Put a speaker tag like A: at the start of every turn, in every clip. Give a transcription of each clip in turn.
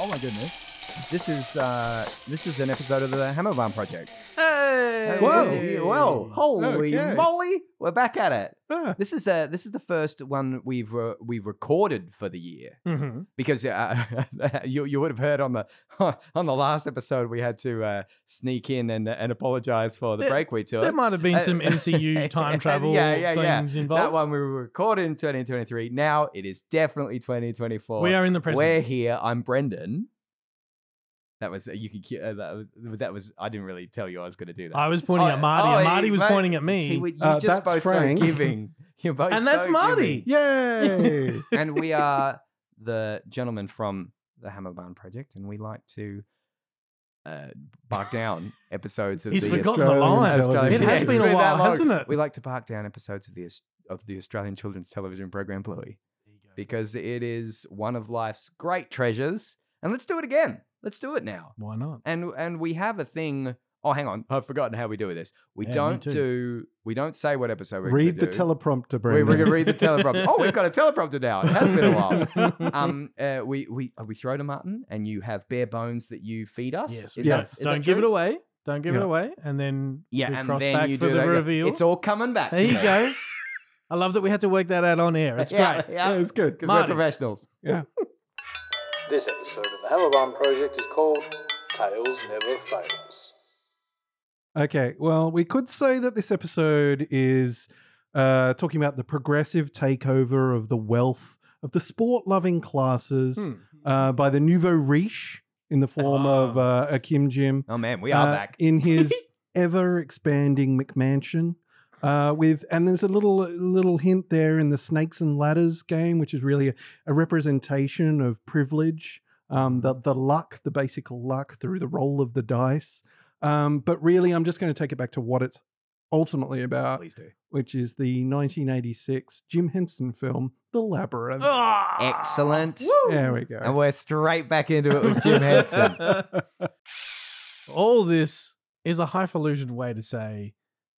A: Oh my goodness. This is uh, this is an episode of the Hammer Barn Project.
B: Hey!
C: Whoa!
B: Hey.
C: Whoa! Holy
D: Okay.
C: moly! We're back at it.
D: Ah.
C: This is uh, this is the first one we've uh, we've recorded for the year
D: Mm-hmm.
C: because uh, you you would have heard on the on the last episode we had to uh, sneak in and and apologize for the
D: There-
C: break we took.
D: There might have been
C: Uh,
D: some MCU time travel
C: yeah, yeah, yeah.
D: things involved.
C: that one we recorded in 2023. Now it is definitely 2024.
D: we are in the present.
C: We're here. I'm Brendan. That was you could uh, that, was- that was I didn't really tell you I was going to do that.
D: I was pointing
C: Oh,
D: at Marty,
C: oh,
D: and Marty
C: hey,
D: was
C: mate,
D: pointing at me.
C: See, we- you
A: Uh,
C: just
A: that's
C: both
A: Frank.
C: so giving. You're both
D: And that's
C: so
D: Marty.
C: giving.
A: Yay!
C: And we are the gentlemen from the Hammerbound Project, and we like to uh, bark down episodes of
D: He's
C: the
D: forgotten
C: Aust-
D: the
A: Australian
D: line.
A: television.
C: Australian-
D: It has
C: Yeah,
D: been
C: it's
D: a
C: that
D: while,
C: long.
D: hasn't it?
C: We like to bark down episodes of the Aus- of the Australian children's television program Bluey because it is one of life's great treasures. And let's do it again. Let's do it now.
D: Why not?
C: and and we have a thing. Oh, hang on, I've forgotten how we do this. We
D: Yeah, me
C: don't
D: too.
C: do. We don't say what episode we're
A: Read
C: gonna
A: the
C: do.
A: teleprompter,
C: We,
A: Brendan.
C: we're gonna read the teleprompter. oh, we've got a teleprompter now. It has been a while. Um, uh, we we uh, we throw to Martin, and you have bare bones that you feed us.
D: Yes.
C: Is
D: we
C: that-
D: don't-
C: is that
D: Don't give it
C: true?
D: away. Don't give it
A: Yeah.
D: away. And then
C: Yeah,
D: we
C: and
D: cross
C: then
D: back
C: you
D: for
C: do
D: the
C: that.
D: reveal.
C: It's all coming back.
D: there you go. I love that we had to work that out on air. It's
C: yeah,
D: great.
A: Yeah,
C: yeah,
A: it's good.
C: because we're
D: Marty.
C: professionals.
E: This episode of the Hammerbomb Project is called Tales Never Fails.
A: Okay, well, we could say that this episode is uh, talking about the progressive takeover of the wealth of the sport-loving classes
D: Hmm.
A: uh, by the nouveau riche in the form of
D: Ah.
A: uh, a Kim Jim.
C: Oh man, we are
A: uh,
C: back.
A: in his ever expanding McMansion. Uh, with and there's a little little hint there in the snakes and ladders game, which is really a, a representation of privilege, um, the the luck, the basic luck through the roll of the dice. Um, but really, I'm just going to take it back to what it's ultimately about,
C: Please do.
A: which is the 1986 Jim Henson film, The Labyrinth.
D: Ah!
C: Excellent.
A: There we go.
C: Oh! And we're straight back into it with Jim Henson.
D: All this is a highfalutin way to say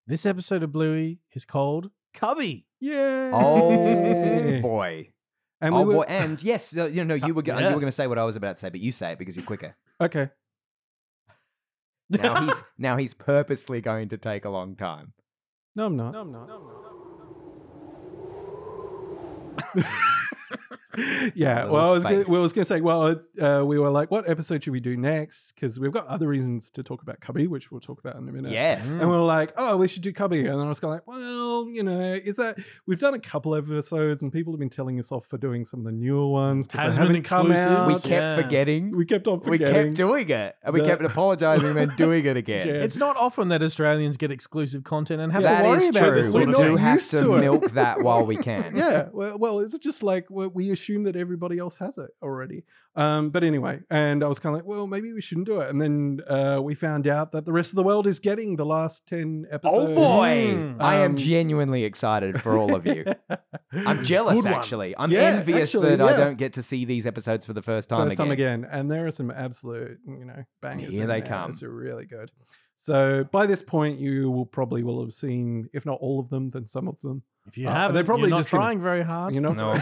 D: this episode of Bluey is called Cubby.
A: yeah.
C: Oh boy.
A: and
C: oh
A: we were-
C: boy, and yes, uh, you know, you were gonna, you
D: yeah.
C: were going to say what I was about to say, but you say it because you're quicker.
A: okay.
C: Now he's now he's purposely going to take a long time.
A: No, I'm not.
D: I'm not.
A: yeah.
C: Little
A: Well, I was gonna,
C: face.
A: well, I was going to say, well, uh, we were like, what episode should we do next? Because we've got other reasons to talk about Cubby, which we'll talk about in a minute.
C: Yes.
D: Mm.
A: And we were like, oh, we should do Cubby. And I was kind of like, well, you know, is that we've done a couple of episodes and people have been telling us off for doing some of the newer ones. 'cause they
D: Tasman
A: haven't come
D: exclusives.
A: out.
C: We
D: Oh,
C: kept
D: yeah.
C: forgetting.
A: We kept on
C: We
A: forgetting.
C: kept doing it. And we
A: The-
C: kept apologizing and then doing it again.
A: Yeah.
D: It's not often that Australians get exclusive content and have
A: Yeah.
D: to
C: That
D: worry
C: is
D: about
C: true.
D: this
C: We
D: sort
A: We're
D: of
A: not
C: do
D: thing.
C: have
A: used
C: to,
A: to it.
C: milk that while we can.
A: yeah. Well, well, it's just like we- we assume that everybody else has it already. Um, but anyway, and I was kind of like, well, maybe we shouldn't do it. And then uh, we found out that the rest of the world is getting the last 10 episodes.
C: Oh boy!
D: Mm.
C: I am
A: Um,
C: genuinely excited for all of you. I'm jealous,
D: Good ones.
C: actually. I'm
A: Yeah,
C: envious
A: actually,
C: that I
A: yeah.
C: don't get to see these episodes for the first time
A: First
C: again.
A: time again. And there are some absolute, you know, bangers.
C: Here
A: in
C: they
A: there.
C: come.
A: It's really good. So by this point, you will probably will have seen, if not all of them, then some of them.
D: If you
A: Uh,
D: have,
A: they're
D: they're probably
A: probably
D: you're not
A: just gonna-
D: trying very hard.
A: You know,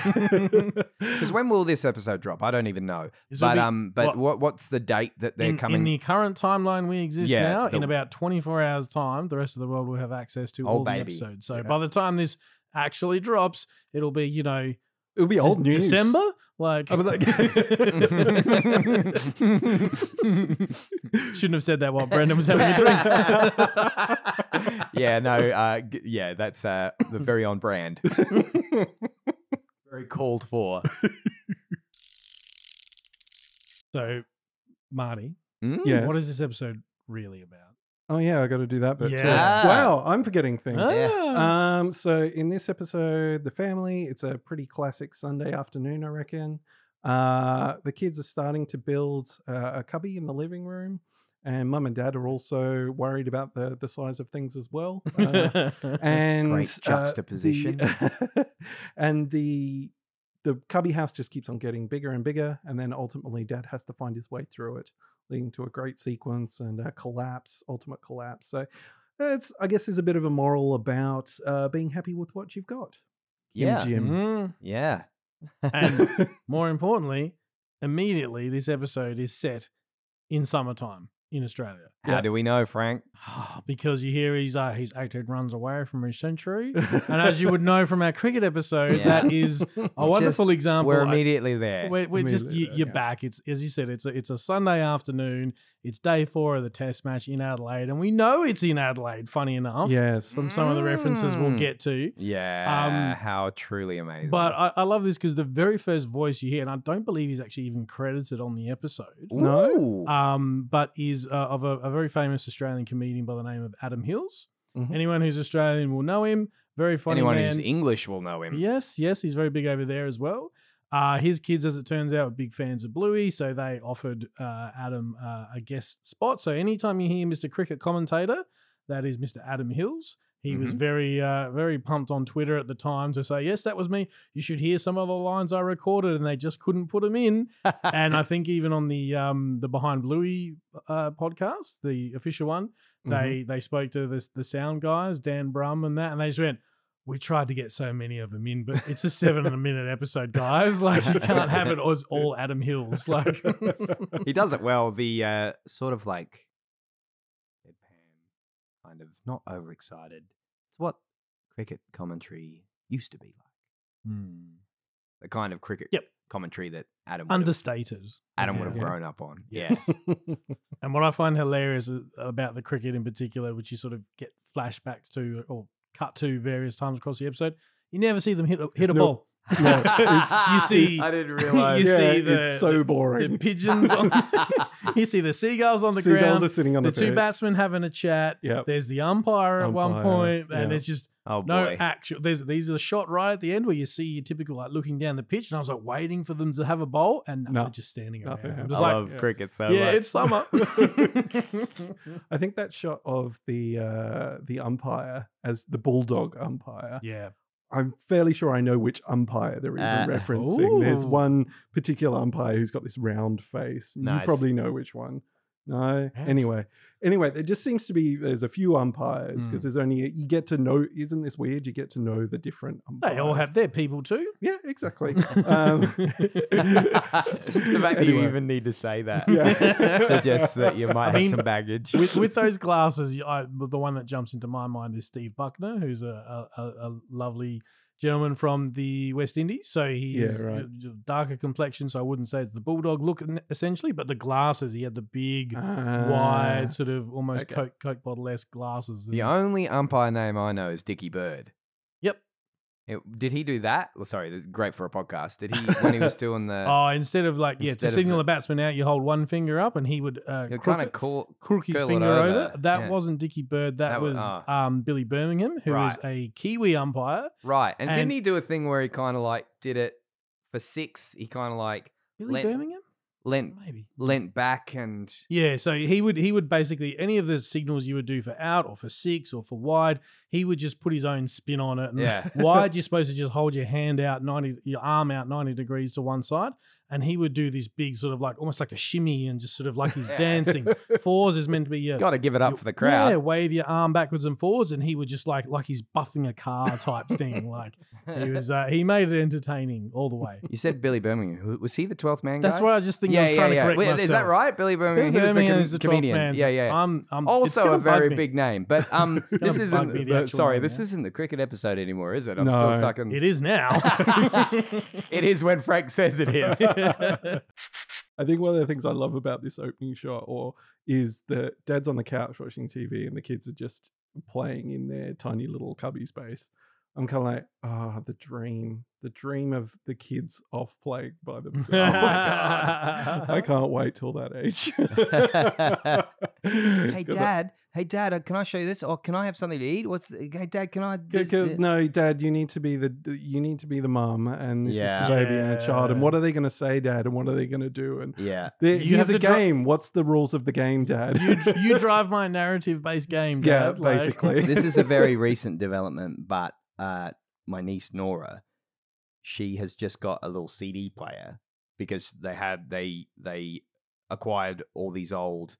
C: Because when will this episode drop? I don't even know.
D: This will
C: But
D: be
C: um, but
D: what-
C: what what's the date that they're
D: in,
C: coming?
D: in the current timeline we exist
C: Yeah,
D: now. In
C: the-
D: about 24 hours' time, the rest of the world will have access to
C: Oh,
D: all
C: baby.
D: the episodes. So
A: Yeah.
D: by the time this actually drops, it'll be you know
A: It'll be
D: De-
A: old news.
D: December. Like,
A: I was like,
D: shouldn't have said that while Brendan was having a drink.
C: yeah, no, uh, g- yeah, that's uh, the very on brand, very called for.
D: so, Marty,
C: Mm.
A: Yes.
D: what is this episode really about?
A: Oh yeah, I got to do that bit too.
D: Yeah.
A: Wow, I'm forgetting things.
C: Yeah.
D: Ah.
A: Um, so in this episode, the family, it's a pretty classic Sunday afternoon, I reckon. Uh, the kids are starting to build uh, a cubby in the living room, and mum and dad are also worried about the the size of things as well. Uh, and
C: Great
A: uh, the-
C: juxtaposition.
A: and the the cubby house just keeps on getting bigger and bigger, and then ultimately dad has to find his way through it, leading to a great sequence and a collapse, ultimate collapse. So that's I guess there's a bit of a moral about uh, being happy with what you've got. Kim
D: Mm-hmm.
C: yeah,
A: Jim.
D: Mm.
C: yeah.
D: and more importantly, immediately this episode is set in summertime in Australia.
C: How do we know, Frank?
D: because you hear he's uh, he's eight head runs away from his century. And as you would know from our cricket episode,
C: Yeah.
D: that is a wonderful example.
C: We're
D: I-
C: immediately there.
D: We're, we're just
A: Immediately
D: you,
A: there,
D: you're
A: yeah.
D: back. It's as you said. It's a, it's a Sunday afternoon. It's day four of the Test match in Adelaide, and we know it's in Adelaide. Funny enough,
A: Yes.
D: from some of the references we'll
C: Mm.
D: get to.
C: yeah.
D: Um,
C: how truly amazing.
D: But I, I love this because the very first voice you hear, and I don't believe he's actually even credited on the episode,
A: No.
C: Ooh.
D: um, but is uh, of a, a very famous Australian comedian by the name of Adam Hills.
A: Mhm.
D: Anyone who's Australian will know him. Very funny
C: Mm-hmm. Anyone
D: man.
C: who's English will know him.
D: Yes, yes, he's very big over there as well. Uh, his kids, as it turns out, are big fans of Bluey, so they offered uh, Adam uh, a guest spot. So anytime you hear Mr. Cricket commentator, that is Mr. Adam Hills. He was
C: Mhm.
D: very, uh, very pumped on Twitter at the time to say, "Yes, that was me. You should hear some of the lines I recorded," and they just couldn't put them in. and I think even on the um, the Behind Bluey uh, podcast, the official one,
C: Mm-hmm.
D: they they spoke to the the sound guys, Dan Brum and that, and they just went, "We tried to get so many of them in, but it's a seven and a minute episode, guys. Like you can't have it as all Adam Hills. Like
C: he does it well. The uh, sort of like deadpan, kind of not overexcited. It's what cricket commentary used to be like. The kind of cricket
D: Hmm. Yep.
C: commentary that Adam would have,
D: understated."
C: Adam would
A: yeah.
C: have
A: Yeah.
C: grown up on.
D: Yes.
C: Yes.
A: Mm-hmm.
D: And what I find hilarious a- about the cricket in particular, which you sort of get flashbacks to or cut to various times across the episode, you never see them hit a, hit a
A: No.
D: ball.
A: No, it's-
D: you see-
C: I didn't
D: you
C: realize.
D: see
A: yeah,
D: the-
A: it's so
D: The
A: boring.
D: pigeons on. you see the seagulls on the
A: Seagulls
D: ground.
A: are sitting on
D: the
A: the,
D: two
A: perch.
D: batsmen having a chat.
A: Yep.
D: There's the umpire, at one
A: Umpire,
D: point, and
A: yeah.
D: it's just
C: oh boy.
D: no actual. There's these are the shot right at the end where you see your typical like looking down the pitch, and I was like waiting for them to have a bowl, and no,
A: No.
D: they're just standing around.
A: Nothing
D: I'm
C: I
D: just like,
C: love
A: yeah.
C: cricket so
D: yeah,
C: much.
D: it's summer.
A: I think that shot of the uh, the umpire as the bulldog umpire.
D: yeah,
A: I'm fairly sure I know which umpire they're even
C: Uh,
A: referencing. There's
D: ooh.
A: one particular umpire who's got this round face.
C: Nice.
A: You probably know which one. No.
D: Yeah.
A: Anyway, anyway, there just seems to be there's a few umpires
C: Hmm.
A: because
D: Mm.
A: there's only you get to know. Isn't this weird? You get to know the different umpires.
D: they all have their people too.
A: Yeah, exactly. um,
C: the fact that you
A: Anyway.
C: even need to say that
A: Yeah.
C: suggests that you might
D: I
C: have
D: mean,
C: some baggage.
D: with, with those glasses, you- I, the the one that jumps into my mind is Steve Buckner, who's a, a, a- a lovely gentleman from the West Indies. So he's
A: right.
D: d- d- darker complexion, so I wouldn't say it's the bulldog look en- essentially, but the glasses, he had the big,
A: Uh,
C: Uh,
D: wide, sort of almost
A: okay.
D: Coke, Coke bottle esque glasses.
C: the
D: and-
C: only umpire name I know is Dickie Bird.
D: Yep.
C: It- did he do that? Well, sorry, this is great for a podcast. Did he when he was doing the?
D: Oh, instead of like, yeah,
C: Uh, instead
D: to
C: of
D: signal
C: the-
D: a batsman out, you hold one finger up and he would uh,
C: you're
D: crook,
C: kind of cool.
D: crook his
C: curl it
D: finger over.
C: over.
D: That
C: Yeah.
D: wasn't Dickie Bird. That,
C: That wa-
D: was
C: ah.
D: um, Billy Birmingham, who was
C: Right.
D: a Kiwi umpire.
C: Right. And, didn't
D: And-
C: he do a thing where he kind of like did it for six? He kind of like
D: Billy
C: Len-
D: Birmingham?
C: lent
D: Maybe.
C: lent back and
D: Yeah, so he would he would basically any of the signals you would do for out or for six or for wide, he would just put his own spin on it. And
C: yeah.
D: wide, you're supposed to just hold your hand out ninety, your arm out ninety degrees to one side, and he would do this big sort of like almost like a shimmy and just sort of like he's
C: Yeah.
D: dancing. Fours is meant to be your
C: Got to give it up
D: your-
C: for the crowd.
D: Yeah, wave your arm backwards and forwards, and he would just like like he's buffing a car type thing. Like he was uh, he made it entertaining all the way.
C: You said Billy Birmingham. Who- Was he the twelfth man?
D: That's
C: guy?
D: why I just think I was trying to correct
C: Wait,
D: myself.
C: Is that right, Billy Birmingham?
D: Bill
C: he was the,
D: Birmingham
C: com-
D: is the 12th
C: comedian.
D: man,
C: Yeah,
D: so
C: yeah.
D: I'm, I'm, it's
C: also
D: gonna
C: a very
D: bug me.
C: big name, but um, this
D: gonna
C: isn't.
D: bug me, the
C: the-
D: actual
C: sorry,
D: name,
C: this
D: yeah.
C: isn't the cricket episode anymore, is it? I'm still
A: No.
C: stuck in.
D: It is now.
C: it is when Frank says it is.
A: I think one of the things I love about this opening shot or is that dad's on the couch watching TV and the kids are just playing in their tiny little cubby space. I'm kind of like, ah, the dream, the dream of the kids off playing by themselves. I can't wait till that age.
C: hey, Dad. Hey, Dad. uh, Can I show you this, or can I have something to eat? What's? Hey, Dad. Can I?
A: Go-
C: this-
A: go-
C: uh,
A: no, Dad, you need to be the the- you need to be the mum, and this
C: Yeah.
A: is the baby and the child. And
D: Yeah.
A: what are they going to say, Dad? And what are they going to do? And
C: Yeah.
A: there,
D: You have
A: here's a
D: to dra-
A: game. What's the rules of the game, Dad?
D: you, you drive my narrative based game,
A: Yeah,
D: Dad. like-
A: basically.
C: this is a very recent development, but uh, my niece Nora, she has just got a little CD player because they had they they acquired all these old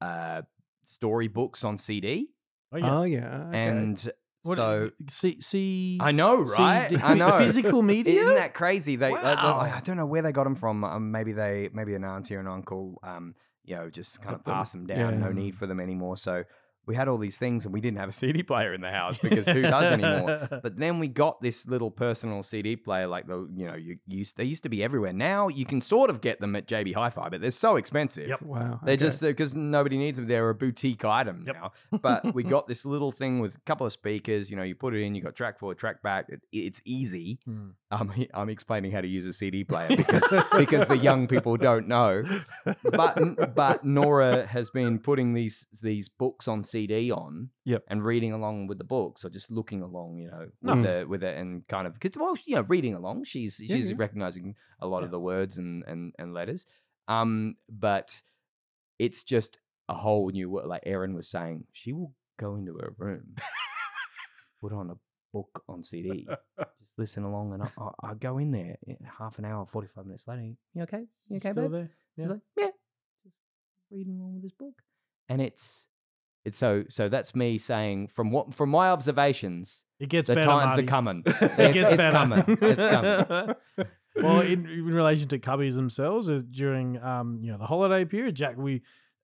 C: uh, storybooks on CD,
D: Oh, yeah.
A: Oh yeah, okay.
C: and
D: What,
C: Um, so
D: see, see,
C: I know,
D: see
C: right?
D: d-
C: I know.
D: Physical media.
C: Isn't that crazy? They, like,
D: Wow.
C: I don't know where they got them from. Um, maybe they, maybe an auntie or an uncle, um, you know, just kind of
D: Got them.
C: passed them down. No
D: Yeah.
C: need for them anymore. So we had all these things, and we didn't have a CD player in the house because who does anymore? But then we got this little personal CD player, like the, you know, you used they used to be everywhere. Now you can sort of get them at JB Hi-Fi, but they're so expensive.
D: Yep.
A: Wow.
C: They're
A: okay.
C: just because nobody needs them. They're a boutique item
D: Yep.
C: now. But we got this little thing with a couple of speakers. You know, you put it in, you got track forward, track back. It, it's easy.
D: Hmm.
C: I'm, I'm explaining how to use a CD player because, because the young people don't know. But but Nora has been putting these these books on CD on
A: Yep.
C: and reading along with the books or just looking along, you know, with,
A: Nice.
C: the, with it and kind of because well, you know, reading along, she's she's
A: yeah.
C: recognizing a lot
D: Yeah.
C: of the words and and and letters. Um, but it's just a whole new world. Like Erin was saying, she will go into her room, put on a book on CD, just listen along, and I, I, I go in there yeah, half an hour, forty five minutes later. You okay? You okay,
D: Still
C: babe?
D: there?
C: She's like, yeah, just reading along with this book, and it's it's so so that's me saying from what from my observations,
D: It gets
C: the
D: better.
C: times
D: Marty.
C: are coming.
D: It
C: It's,
D: gets
C: it's
D: better.
C: coming. It's coming.
D: well, in, in relation to cubbies themselves, uh, during um, you know the holiday period, Jack, we,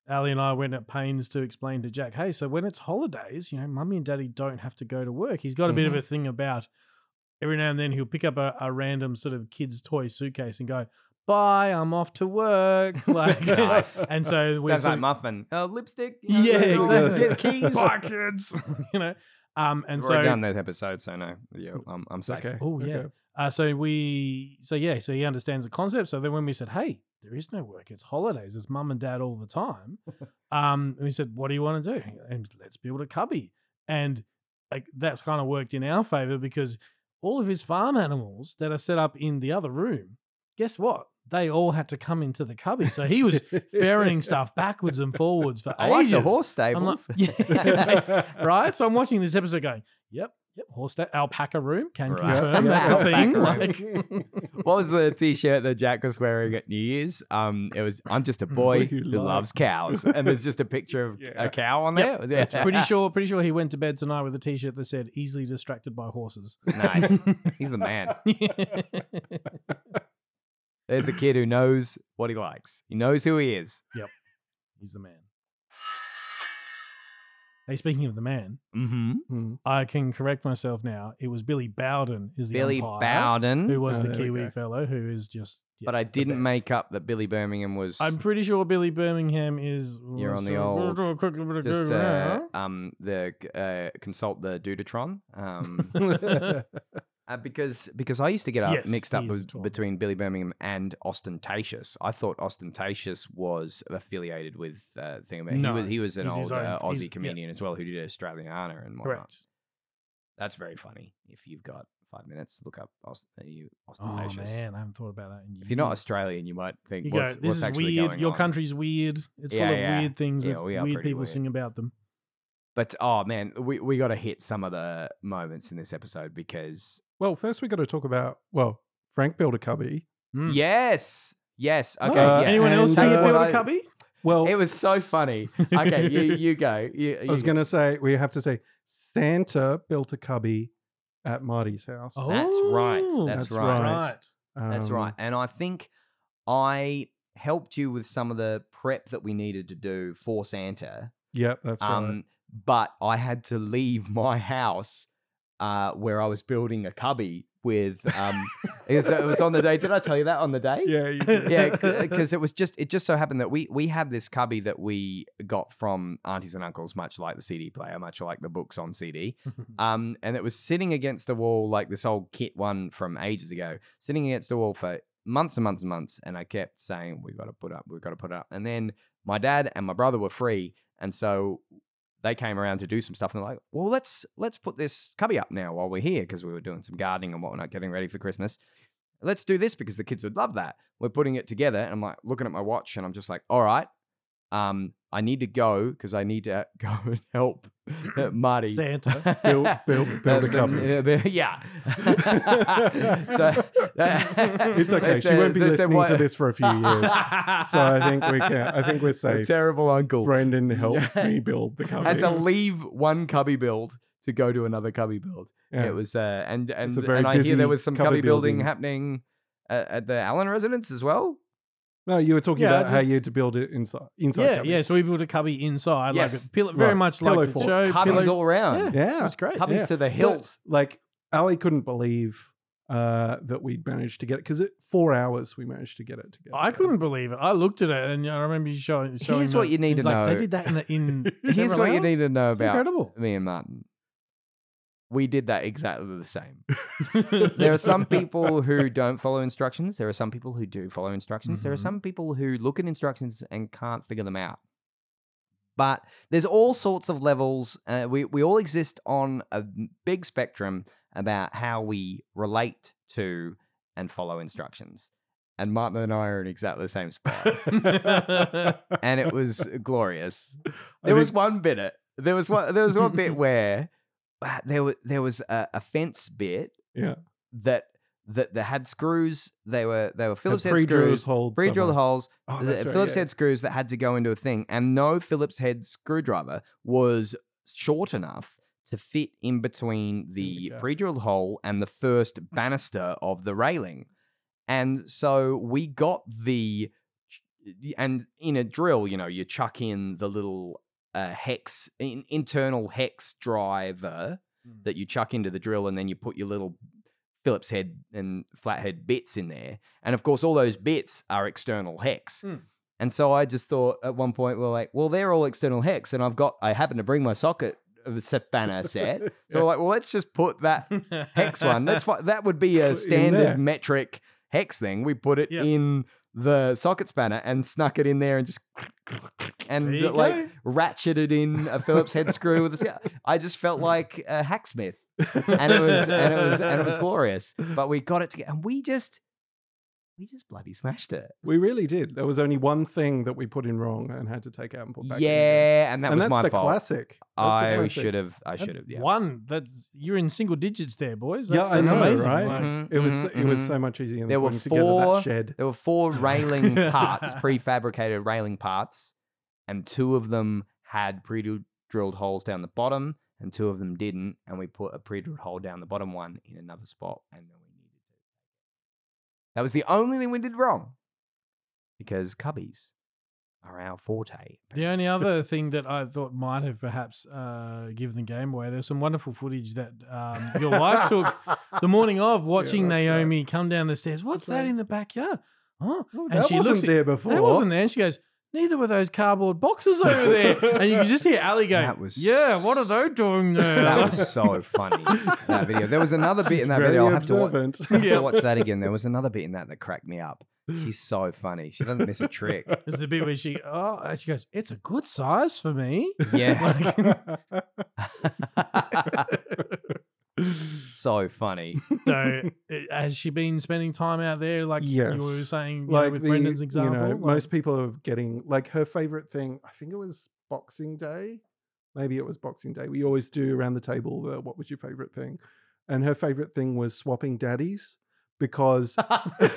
D: Ali and I went at pains to explain to Jack, hey, so when it's holidays, you know, mummy and daddy don't have to go to work. He's got a bit
C: Mm-hmm.
D: of a thing about every now and then he'll pick up a, a random sort of kid's toy suitcase and go, bye, I'm off to work. Like,
C: Nice.
D: and so we're
C: Sounds
D: sort
C: like
D: of-
C: muffin. Oh, lipstick. you know,
D: yeah,
C: that's all.
D: exactly.
C: Yeah, Keys.
D: Bye, kids. you know, um, and
C: We've
D: so
C: already done those episodes, so no, yeah, I'm, I'm safe.
A: Okay.
D: Oh yeah.
A: Okay.
D: Uh, so we, so yeah, so he understands the concept. So then when we said, "Hey, there is no work; it's holidays. It's mum and dad all the time," um, and we said, "What do you want to do?" And let's build a cubby. And like that's kind of worked in our favor because all of his farm animals that are set up in the other room, guess what? They all had to come into the cubby. So he was ferrying stuff backwards and forwards for
C: I like
D: ages
C: the horse
D: I'm like-
C: stables.
D: Yeah, right? So I'm watching this episode going, yep, yep, horse that alpaca room can
C: Right.
D: confirm
C: Yeah,
D: that's a thing.
C: alpaca
D: Like,
C: what was the t-shirt that Jack was wearing at New Year's? Um, it was I'm just a boy
A: Who
C: who,
A: loves-
C: loves cows, and there's just a picture of
A: Yeah.
C: a cow on
D: Yep.
C: there. Yeah.
D: it's pretty sure, pretty sure he went to bed tonight with a T-shirt that said "easily distracted by horses."
C: nice. He's the man. There's a kid who knows what he likes. He knows who he is.
D: He's the man. Hey, speaking of the man,
C: Mm-hmm.
A: Hmm.
D: I can correct myself now. It was Billy Bowden is the
C: Billy
D: umpire,
C: Bowden.
D: who was
A: Oh,
D: the
A: there we
D: Kiwi
A: go.
D: fellow who is just. yeah,
C: but I
D: the
C: didn't
D: best.
C: make up that Billy Birmingham was
D: I'm pretty sure Billy Birmingham is.
C: You're on the old- just uh, um the uh, consult the Dudatron. Um,
A: Mm.
C: Uh, because because I used to get up
D: Yes,
C: mixed up
D: he is
C: with-
D: the 12.
C: between Billy Birmingham and Ostentatious. I thought Ostentatious was affiliated with uh, thing. About,
D: No,
C: he was he was an
D: he's
C: old
D: his own-
C: uh,
D: he's- yeah.
C: Aussie comedian as well who did Australiana and whatnot.
D: Correct. Oh,
C: That's very funny. If you've got five minutes, look up Ost- uh, you
D: Oh
C: Ostentatious.
D: man, I haven't thought about that. In years.
C: If you're not Australian, you might think
D: you
C: what's,
D: go.
C: what's
D: This is
C: actually
D: weird.
C: going
D: Your
C: on?"
D: country's weird. It's
C: Yeah,
D: full of
C: yeah.
D: weird things.
C: Yeah,
D: with
C: we are
D: weird
C: pretty
D: people
C: weird.
D: sing about them.
C: But oh man, we, we got to hit some of the moments in this episode because
A: Well, first we got to talk about well, Frank built a cubby.
D: Mm.
C: yes, yes, okay.
A: Uh,
C: yeah.
D: Anyone else
A: and,
D: see
A: uh,
D: a
C: I-
D: build cubby?
A: Well,
C: It was so funny. Okay, you you go. You,
A: I was
C: you-
A: going to say we have to say Santa built a cubby at Marty's house.
D: Oh,
C: That's right.
D: Oh,
C: That's,
A: that's
C: right.
A: right.
D: Right.
C: That's
A: Um,
C: right. And I think I helped you with some of the prep that we needed to do for Santa.
A: Yep, that's
C: Um, but I had to leave my house uh, where I was building a cubby with. Um, it, was, it was on the day. Did I tell you that on the day?
A: right. Yeah, you did.
C: yeah, because it was just it just so happened that we we had this cubby that we got from aunties and uncles, much like the CD player, much like the books on CD. Um, and it was sitting against the wall like this old kit one from ages ago, sitting against the wall for months and months and months. And I kept saying, "We got to put up, we got to put up." And then my dad and my brother were free, and so they came around to do some stuff. And they're like, "Well, let's let's put this cubby up now while we're here because we were doing some gardening and whatnot, getting ready for Christmas." let's do this because the kids would love that. We're putting it together. And I'm like looking at my watch and I'm just like, all right, um, I need to go because I need to go and help uh, Marty.
D: Santa.
A: Build- build- build a
C: cupboard. Yeah. so,
A: it's okay. she won't be listening to this for a few years, so I think we can. I think we're safe.
C: terrible uncle.
A: Brendan helped
C: Yeah.
A: me build the cubby.
C: Had to leave one cubby build to go to another cubby build.
A: Yeah.
C: It was, uh, and and,
A: a very
C: and I hear
A: busy
C: there was some
A: cubby
C: cubby, building,
A: building.
C: happening at, at the Allen residence as well.
A: no, you were talking
D: Yeah,
A: about
D: I
A: how you had to build it inside. inside
D: yeah,
A: cupboard.
D: yeah. So we built a cubby inside, like
C: Yes.
D: a pillow, very
A: Right.
D: much
A: Pillow
D: like the
A: fort.
D: show.
C: Cubbies
D: pillow-
C: all around.
D: it
A: Yeah.
D: was great.
C: Cubbies
A: yeah.
C: to the hilt.
A: Like, Ali couldn't believe uh, that we'd managed to get it because it four hours we managed to get it together.
D: I couldn't believe it. I looked at it and I remember you showing. showing
C: Here's what
D: the-
C: you need to
D: like, They
C: know.
D: did that in. The, in
C: Here's
D: several
C: what you
D: hours?
C: need to know
D: It's
C: about
D: incredible.
C: me and Martin. We did that exactly the same. there are some people who don't follow instructions. There are some people who do follow instructions. There are
D: Mhm.
C: some people who look at instructions and can't figure them out. But there's all sorts of levels. Uh, we, we all exist on a m- big spectrum about how we relate to and follow instructions. And Martin and I are in exactly the same spot. and it was glorious. There was one bit. It, there was one. There was one bit where uh, there was there was a, a fence bit.
A: Yeah.
C: That that that had screws. They were they were Phillips head
A: pre-drilled
C: screws.
A: hold.
C: Pre-drilled
A: somewhere.
C: holes.
A: Oh,
C: the
A: that's right,
C: Phillips
A: yeah.
C: head screws that had to go into a thing, and no Phillips head screwdriver was short enough to fit in between the
A: gap.
C: pre-drilled hole and the first banister of the railing. And so we got the and in a drill, you know, you chuck in the little uh, hex in, internal hex driver
A: Hmm.
C: that you chuck into the drill, and then you put your little Phillips head and flathead bits in there. And of course, all those bits are external hex.
A: Hmm.
D: Mm.
C: And so I just thought at one point, we're like, well, they're all external hex, and I've got I happen to bring my socket of the set banner set. So we're like, well, let's just put that hex one. That's what that would be
A: Put it
C: a
A: in there.
C: standard metric hex thing. We put it
D: Yep.
C: in the socket spanner and snuck it in there and just and
D: There you
C: like
D: go.
C: ratcheted in a Phillips head screw with a sc- I just felt like a hacksmith. And it was and it was and it was glorious. But we got it together and we just we just bloody smashed it.
A: We really did. There was only one thing that we put in wrong and had to take out and put back. in again.
C: Yeah, and that
A: and
C: was
A: that's
C: my
A: the
C: fault.
A: classic. That's the
C: I
A: classic.
C: should have I
D: That's
C: should have yeah.
D: One that you're in single digits there, boys.
A: Yeah,
D: That's,
A: I
D: that's
A: know,
D: amazing.
A: right?
D: Like,
C: Mhm,
A: It was
C: mhm,
A: it was
C: mhm.
A: so much easier than
C: There were
A: putting together
C: four-
A: that shed.
C: There were four railing parts, prefabricated railing parts, and two of them had pre-drilled holes down the bottom, and two of them didn't. And we put a pre-drilled hole down the bottom one in another spot, and then we needed to. That was the only thing we did wrong, because cubbies are our forte.
D: The only other thing that I thought might have perhaps uh, given the game away, there's some wonderful footage that um, your wife took the morning of watching
A: that's right.
D: Naomi come down the stairs. What's
A: That's
D: that
A: right.
D: in the backyard? Huh?
A: Oh,
D: and
A: that
D: she
A: wasn't
D: looks at-
A: there before.
D: That wasn't there. And she goes, Neither were those cardboard boxes over there. and you can just hear Ali go,
C: That was
D: Yeah, what are they doing there?
C: That was so funny. That video. There was another bit
A: She's
C: in that
A: very
C: video. I'll have to watch.
A: observant.
C: I have
D: Yeah.
C: to watch that again. There was another bit in that that cracked me up. She's so funny. She doesn't miss a trick.
D: It's the bit where she, oh, and she goes, It's a good size for me.
C: Yeah. so funny.
D: So uh, has she been spending time out there like
A: Yes.
D: you were saying you know,
A: like
D: with
A: the,
D: Brendan's example?
A: you know,
D: Like-
A: most people are getting like her favorite thing. I think it was Boxing Day, maybe it was Boxing Day. We always do around the table. The, what was your favorite thing? And her favorite thing was swapping daddies because Which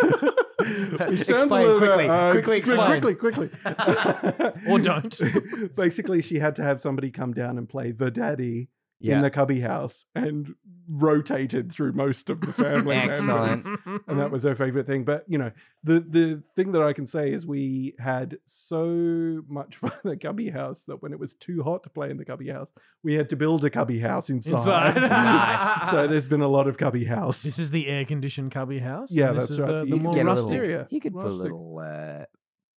A: sounds a
C: Explain
A: little bit,
C: quickly.
A: uh,
C: Quickly
A: squ-
C: explain.
A: quickly, quickly.
D: Or don't.
A: Basically, she had to have somebody come down and play the daddy in
C: Yeah.
A: the cubby house and rotated through most of the family members
C: Excellent.
A: and
C: Mm-hmm.
A: that was her favorite thing. But you know, the the thing that I can say is we had so much fun at the cubby house that when it was too hot to play in the cubby house, we had to build a cubby house inside.
D: Inside. Nice.
A: so there's been a lot of cubby house.
D: This is the air conditioned cubby house.
A: Yeah,
D: and this
A: that's
D: is
A: right.
D: The,
A: You
D: the
A: could
D: more
A: get a
D: rustic.
A: little- Exterior.
C: You could put a
A: Rustic.
C: little uh,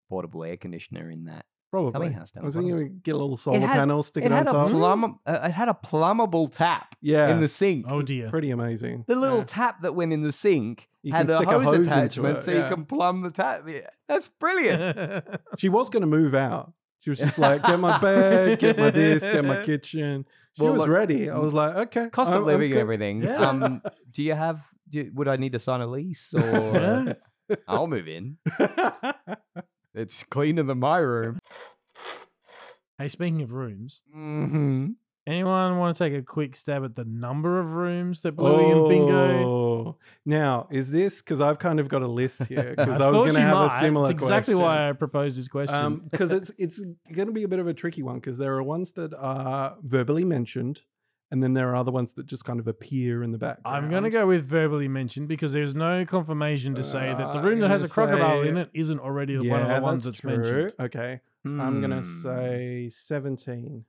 C: portable air conditioner in that.
A: Probably.
C: house down
A: I was
C: the
A: thinking
C: bottom.
A: we could get a little solar
C: had-
A: panel, stick it,
C: It
A: on
C: had, a
A: top.
C: plumb- uh, it had a plumbable tap
A: Yeah,
C: in the sink.
D: Oh dear.
A: pretty amazing.
C: The little
A: Yeah.
C: tap that went in the sink
A: You
C: had
A: can
C: a
A: stick a
C: hose,
A: hose into
C: attachment
A: it,
C: so
A: yeah.
C: you can plumb the tap. Yeah, That's brilliant.
A: she was going to move out. She was just like, get my bed, get my this, get my kitchen. She
C: Well,
A: was
C: look,
A: ready. I was like, okay,
C: Cost
A: I'm-
C: of
A: I'm
C: living and
A: good.
C: everything.
D: Yeah.
C: Um, do you have, do, would I need to sign a lease or
D: Yeah.
C: I'll move in? It's cleaner than my room.
D: hey, speaking of rooms,
C: Mm-hmm.
D: anyone want to take a quick stab at the number of rooms that Bluey and Bingo?
A: Oh. Now, is this because I've kind of got a list here because I, was
D: thought
A: going to
D: you
A: have
D: might.
A: a similar
D: It's
A: question.
D: exactly
A: Um,
D: why I proposed this question.
A: because it's it's going to be a bit of a tricky one because there are ones that are verbally mentioned and then there are other ones that just kind of appear in the background.
D: I'm going to go with verbally mentioned because there's no confirmation to say that
A: Uh,
D: the room
A: I'm
D: that has
A: gonna
D: a crocodile
A: say-
D: in it isn't already one of the ones that's mentioned.
A: Okay, I'm gonna
C: Hmm.
A: say seventeen.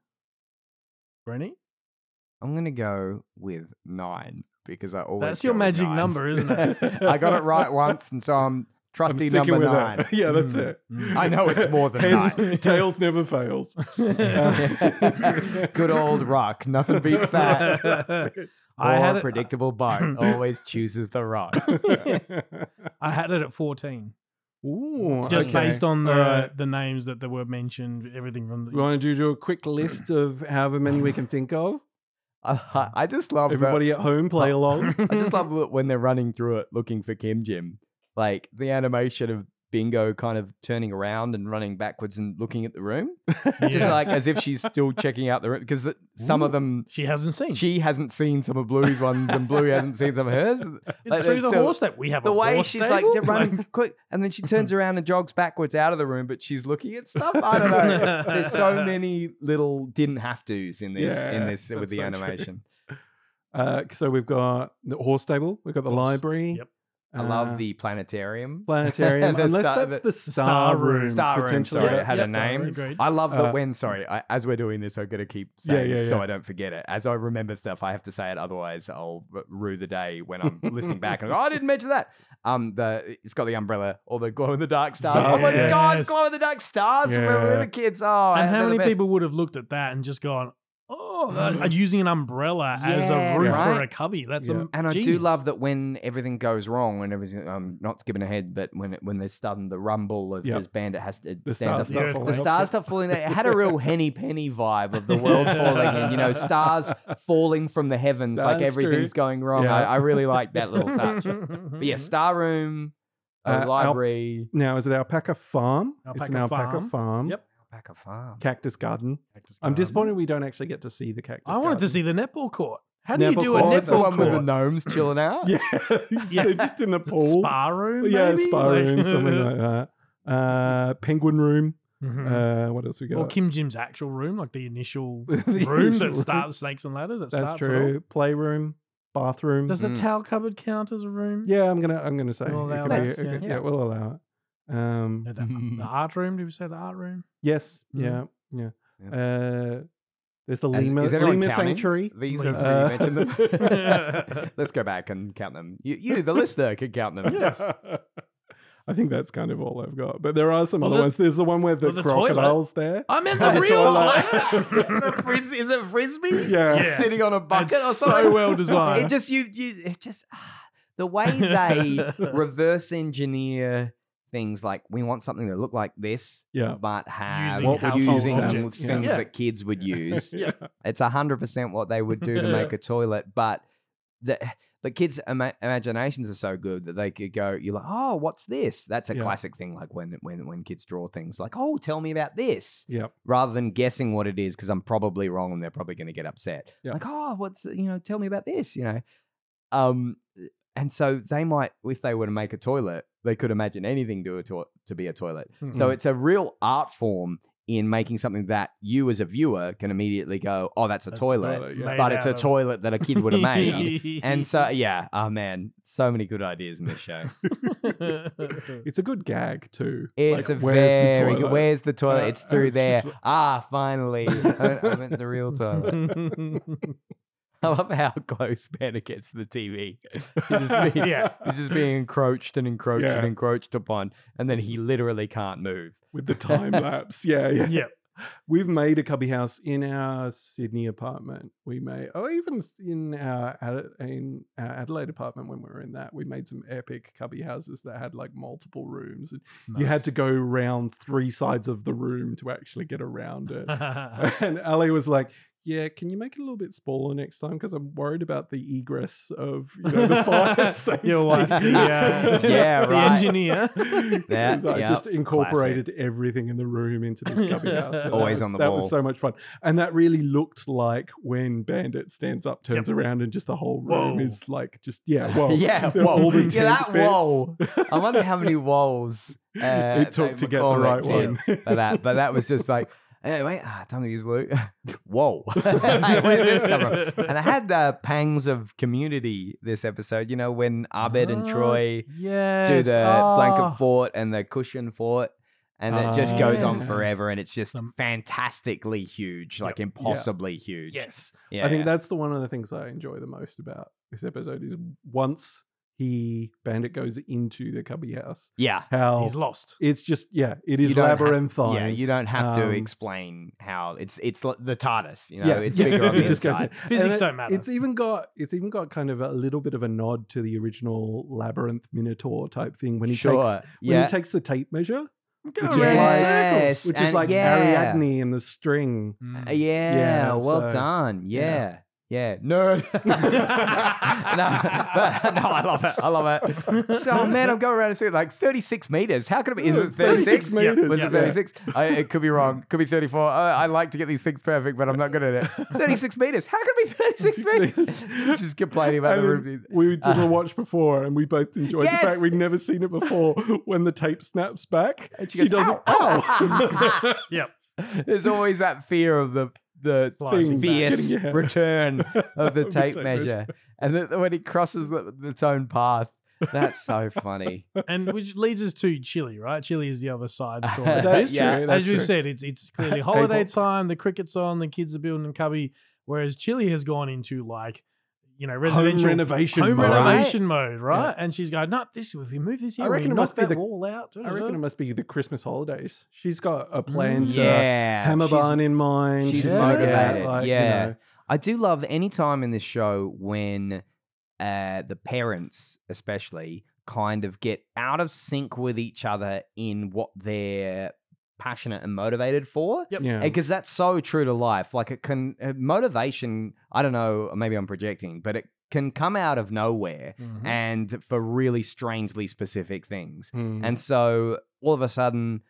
D: Brenny?
C: I'm gonna go with nine because I always.
D: That's your
C: go with
D: magic
C: nine.
D: number, isn't it?
C: I got it right once, and so I'm
A: I'm
C: trusty
A: sticking
C: number
A: with
C: nine.
A: that. yeah, that's
D: Mm,
A: it.
D: mm.
C: I know it's more than
A: Hence,
C: nine.
A: Tails never fails. Uh,
C: Good old rock. Nothing beats that.
A: That's it.
D: I had
C: or
D: it- uh,
C: predictable boat always chooses the rock.
D: I had it at 14.
A: Ooh,
D: Just
A: okay.
D: based on the,
A: All right.
D: the names that, that were mentioned, everything from the.
A: We want to do, do a quick list of however many we can think of.
C: I, I just love that-
A: Everybody at home, play
D: Oh.
A: along.
C: I just love that when they're running through it looking for Kim Jim. Like the animation of Bingo kind of turning around and running backwards and looking at the room. Just
D: Yeah.
C: like as if she's still checking out the room because some
A: Ooh.
C: of them
D: she hasn't seen.
C: she hasn't seen some of Blue's ones and Blue hasn't seen some of hers.
D: it's
C: like,
D: through
C: there's
D: the
C: still-
D: horse that we have.
C: The
D: a
C: way
D: horse
C: she's
D: stable?
C: like, they're running quick. And then she turns around and jogs backwards out of the room, but she's looking at stuff. I don't know. There's so many little didn't have to's in this in
A: Yeah,
C: this with
A: that's
C: the
A: so true.
C: animation.
A: Uh, so we've got the horse stable, we've got the
D: Horse.
A: library.
D: Yep.
C: I
A: uh,
C: love the planetarium.
A: planetarium.
C: The
A: Unless
C: star-
A: that's the, star,
D: star room.
A: room,
C: Star room,
A: potentially.
C: sorry, it
A: that's
C: had
A: the
C: a
A: star
C: name.
A: room.
D: Agreed.
C: I love that
A: Uh,
C: when, sorry, I, as we're doing this, I've got to keep
A: Yeah,
C: saying it
A: yeah,
C: so
A: yeah.
C: I don't forget it. As I remember stuff, I have to say it. Otherwise, I'll r- rue the day when I'm listening back and go, oh, I didn't mention that. Um, the It's got the umbrella or the glow in the dark stars.
A: Stars,
C: oh, my
A: yeah.
D: Yes.
C: God, glow in the dark stars from when we
A: Yeah.
C: were the kids. Oh,
D: and
C: they're
D: how
C: the
D: many
C: best. Mm.
D: people would have looked at that and just gone, oh, that- using an umbrella as
C: Yeah,
D: a roof or
C: right.
D: a cubby? That's
A: Yeah.
D: a
C: And I do
D: genius.
C: love that when everything goes wrong, when everything, I'm not skipping ahead, but when it, when there's sudden the rumble of
A: Yep.
C: this bandit has to
A: The
C: stand
A: stars
C: up.
D: the
A: start
D: earth-
A: falling
C: The
A: off.
C: stars start falling. down. It had a real henny penny vibe of the world falling in. You know, stars falling from the heavens, like
A: That's true.
C: everything's going wrong. I,
A: Yeah.
C: I really like that little touch. but yeah,
D: Mm-hmm.
C: Star Room, uh,
A: Uh,
C: Library,
A: Now, is it alpaca farm? it's an
D: Alpaca
A: alpaca farm.
D: farm. Yep.
C: Alpaca Farm.
A: Cactus garden. I'm disappointed we don't actually get to see the cactus.
D: I wanted to
A: garden.
D: see the netball court. How do you
A: Netball
D: do a
A: court.
C: Oh, that's the
D: netball
C: one with the
D: court?
C: gnomes chilling out.
A: Yeah,
D: Yeah.
A: they're just in the
D: Is it
A: pool.
D: Spa room?
A: yeah,
D: maybe?
A: spa
D: Like-
A: room, something like that. Uh, penguin room.
D: Mhm.
A: Uh, what else we got?
D: or Kim Jim's actual room, like the initial
A: The
D: room
A: usual
D: that starts Snakes and Ladders. That
A: That's
D: starts it all.
A: true. Playroom, bathroom.
D: Does the
C: Mm.
D: towel cupboard count as a room?
A: yeah, I'm gonna. I'm gonna say.
D: We'll
A: it
D: allow
A: could be-
D: that,
A: it could-
D: yeah.
A: yeah. we'll allow it. Um,
D: No, the,
C: Mm.
D: the art room. Did we say the art room?
A: yes.
D: Mm.
A: Yeah. Yeah.
C: Yeah.
A: Uh, there's the
C: As-
A: Lima,
C: is everyone
A: Lima
C: counting?
A: Sanctuary.
C: These
D: Please.
C: as
A: Uh,
C: we mentioned them. Let's go back and count them. You, you the listener, can count them.
D: Yes.
A: I think that's kind of all I've got. But there are some
D: Well,
A: other
D: the-
A: ones. There's the one where the,
D: well, the toilet.
A: crocodiles there.
D: I'm in
A: Oh,
D: the
A: the
D: real
A: toilet.
C: The
D: toilet.
C: fris- is it frisbee?
A: Yeah.
D: Yeah.
C: Sitting on a bucket or
D: It's
C: something.
D: so well designed.
C: It just you you it just ah, the way they reverse engineer things like we want something to look like this
A: Yeah.
C: but have
D: Using What
A: would you
C: using
A: use
C: things
A: objects, yeah.
D: Yeah.
C: that kids would use.
A: Yeah.
C: It's hundred percent what they would do to
D: Yeah.
C: make a toilet, but the the kids' ima- imaginations are so good that they could go. You're like, oh, what's this? That's a
A: Yeah.
C: classic thing. Like when when when kids draw things, like, oh, tell me about this,
A: Yeah.
C: rather than guessing what it is because I'm probably wrong and they're probably going to get upset.
A: Yeah.
C: Like, oh, what's you know, tell me about this, you know. Um, and so they might, if they were to make a toilet, they could imagine anything to a to- to be a toilet. So
A: Mm.
C: it's a real art form in making something that you as a viewer can immediately go, oh, that's a
D: That's
C: toilet,
A: toilet, yeah.
D: Made
C: but it's a
D: out of-
C: toilet that a kid would have made. and so, yeah, oh man, so many good ideas in this show.
A: It's a good gag too.
C: It's
A: Like,
C: a very
A: where's the
C: good.
A: toilet?
C: Where's the toilet?
A: Uh,
C: it's through
A: it's
C: there.
A: just like-
C: Ah, finally, I, I meant the real toilet. I love how close Banner gets to the TV. He's just, being,
D: yeah.
C: he's just being encroached and encroached and
A: Yeah.
C: encroached upon, and then he literally can't move.
A: with the time lapse. Yeah, yeah.
D: Yeah.
A: We've made a cubby house in our Sydney apartment. We made, oh, even in our Ad- in our Adelaide apartment when we were in that, we made some epic cubby houses that had like multiple rooms, and you had to go round three sides of the room to actually get around it. and Ali was like. Yeah, can you make it a little bit smaller next time? Because I'm worried about the egress of you know, the fire safety.
D: Your wife, the, uh,
C: Yeah,
D: the
C: right.
D: engineer.
C: That-
A: I
C: yep,
A: just incorporated everything in the room into this cubby house. but that
C: Always
A: was-
C: on the
A: That
C: wall.
A: was so much fun, and that really looked like when Bandit stands up, turns around, and just the whole room
D: Whoa.
A: is like just yeah, whoa,
C: yeah,
A: There are
C: whoa.
A: all the
C: yeah, that
A: tent bits.
C: whoa. I wonder how many walls uh,
A: it took
C: they
A: to get the right
C: McCormick did
A: one.
C: for that. But that was just like, Anyway, ah, time to use Lou. Whoa. hey, where did this come from? And I had uh, pangs of community this episode, you know, when Abed and
D: Ah,
C: Troy
D: yes.
C: do the
D: Ah.
A: Oh.
C: blanket fort and the cushion fort. And it just
A: Ah,
C: goes on
A: yes.
C: forever, and it's just
D: Some-
C: fantastically huge, like impossibly huge.
A: Yes.
C: yeah.
A: I think that's the one of the things I enjoy the most about this episode is once he Bandit goes into the cubby house,
C: yeah.
A: how
D: He's lost.
A: it's just yeah, it is
C: You don't have-
A: labyrinthine.
C: Yeah, you don't have to
A: Um,
C: explain how it's it's li- the TARDIS, you know,
A: Yeah,
C: it's
A: yeah,
C: bigger on the
A: it just goes
C: inside.
A: in.
D: Physics
A: And it-
D: don't matter.
A: It's even got it's even got kind of a little bit of a nod to the original labyrinth minotaur type thing when he
C: sure,
A: takes when
C: yeah,
A: he takes the tape measure,
D: Go
A: which is
D: around in
A: like-
D: circles.
C: Yes,
A: which is
C: and
A: like
C: yeah.
A: Ariadne and the string.
C: Uh,
D: Mm.
C: yeah,
A: Yeah,
C: well
A: so,
C: done,
A: yeah.
C: yeah, yeah, nerd. no, but- no, I love it, I love it. So oh, man, I'm going around and see like 36 meters. How could it be? Is it 36?
D: Yeah,
A: meters.
C: Was
D: yeah.
C: it 36? I, it could be wrong. Could be 34. I, I like to get these things perfect, but I'm not good at it. 36 meters. How could it be 36
A: 36
C: meters?
A: meters.
C: Just complaining about
A: And
C: the
A: then
C: room.
A: We did
C: Uh,
A: a watch before, and we both enjoyed
C: Yes!
A: the fact we'd never seen it before. When the tape snaps back,
C: And she
A: she, Oh.
C: goes,
A: does it.
C: "Ow."
A: Ow!
C: There's always that fear of the the
A: back.
D: Slicing
C: fierce
A: Getting your hand.
C: return of the tape measure,
A: measure.
C: and that when it crosses the, its own path. That's so funny.
D: and which leads us to Chile, right? Chile is the other side story. of
A: That's
D: this.
C: Yeah.
A: true. That's
D: As we've
A: true.
D: said, it's it's clearly holiday
A: April.
D: time. The cricket's on. The kids are building a cubby. Whereas Chile has gone into like, you know,
A: home
D: residential
A: renovation.
D: home
A: mode.
C: renovation.
D: mode, right? And she's going, no, this if we move this
A: I
D: here,
A: reckon
D: we
A: it
D: knock
A: must be
D: that
A: the-
D: wall out.
A: I reckon it must be the Christmas holidays. She's got a plan to
C: Mm, yeah,
A: hammer
C: she's-
A: barn in mind.
C: she's
A: looking at,
C: motivated,
A: like, you
C: yeah.
A: know,
C: I do love any time in this show when uh, the parents, especially, kind of get out of sync with each other in what they're passionate and motivated for.
D: Yep.
A: yeah.
C: because that's so true to life like it can uh, motivation i don't know maybe i'm projecting but it can come out of nowhere
D: Mhm.
C: and for really strangely specific things
A: Hmm.
C: and so all of a sudden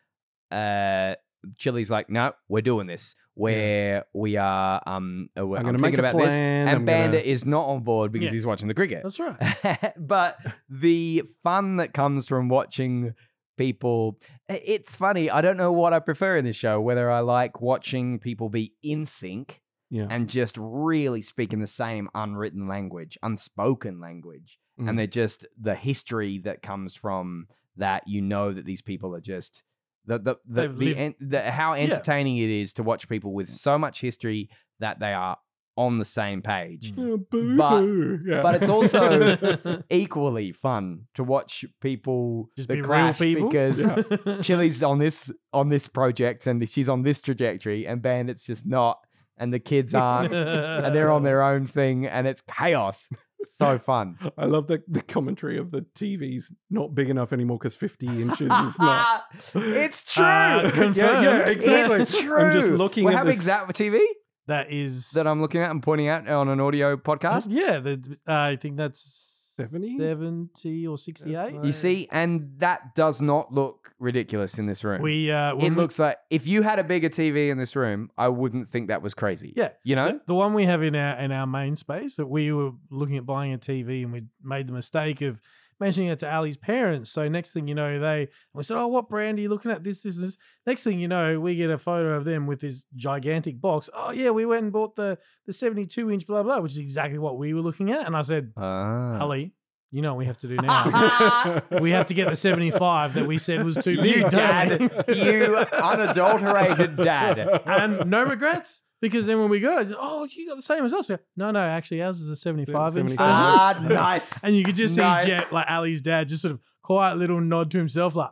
C: uh chile's like no we're doing this where we are um uh, we're,
A: I'm
C: i'm,
A: going to
C: thinking
A: make
C: about
A: a plan.
C: this and
A: I'm gonna-
C: bandit is not on board because
D: Yeah.
C: he's watching the cricket
D: That's right.
C: but the fun that comes from watching people i- it's funny i don't know what i prefer in this show whether i like watching people be in sync
A: Yeah.
C: and just really speaking the same unwritten language unspoken language
A: Mm.
D: Mm-hmm.
C: and they're just the history that comes from that you know that these people are just the the the,
D: They've
C: the,
D: lived-
C: en- the how entertaining it is to watch people with so much history that they are on the same page
D: Mm.
A: Yeah, boo
C: But-
A: hoo. Yeah.
C: but it's also equally fun to watch people
D: Just
C: that
D: be real
C: clash
D: people.
C: because
A: Yeah.
C: Chili's on this on this project and she's on this trajectory and Bandit's just not and the kids aren't and they're on their own thing and it's chaos. So fun.
A: I love the, the commentary of the TV's not big enough anymore because 50 inches is not.
C: Ah, it's true.
D: Uh,
A: Yeah,
D: confirmed.
A: yeah, exactly.
C: It's true.
A: I'm just looking
C: Well,
A: at
C: how
A: this-
C: big's that for TV
D: That is
C: that I'm looking at and pointing out on an audio podcast?
D: Yeah, the, uh, I think that's
A: 70?
D: 70 or
A: That's
D: 68.
A: right.
C: You see, and that does not look ridiculous in this room.
D: We uh,
C: it
D: when we-
C: looks like if you had a bigger TV in this room, I wouldn't think that was crazy.
D: Yeah.
C: You know?
D: The, the one we have in our in our main space that we were looking at buying a TV and we made the mistake of mentioning it to Ali's parents. So next thing you know, they we said, "Oh, what brand are you looking at? This, this, this." Next thing you know, we get a photo of them with this gigantic box. Oh yeah, we went and bought the the seventy two inch blah blah, which is exactly what we were looking at. And I said,
C: Ah.
D: Ali, you know what we have to do now. we have to get the seventy five that we said was too
C: You
D: big, don't
C: dad.
D: we?"
C: you unadulterated dad.
D: and no regrets because then when we got it, I said, "Oh, you got the same as us." They're, No, no, actually, ours is a seventy-five inch.
A: 75.
C: ah,
D: version."
C: nice.
D: And you could just see
C: Nice.
D: Jet, like Ali's dad, just sort of quiet little nod to himself, like,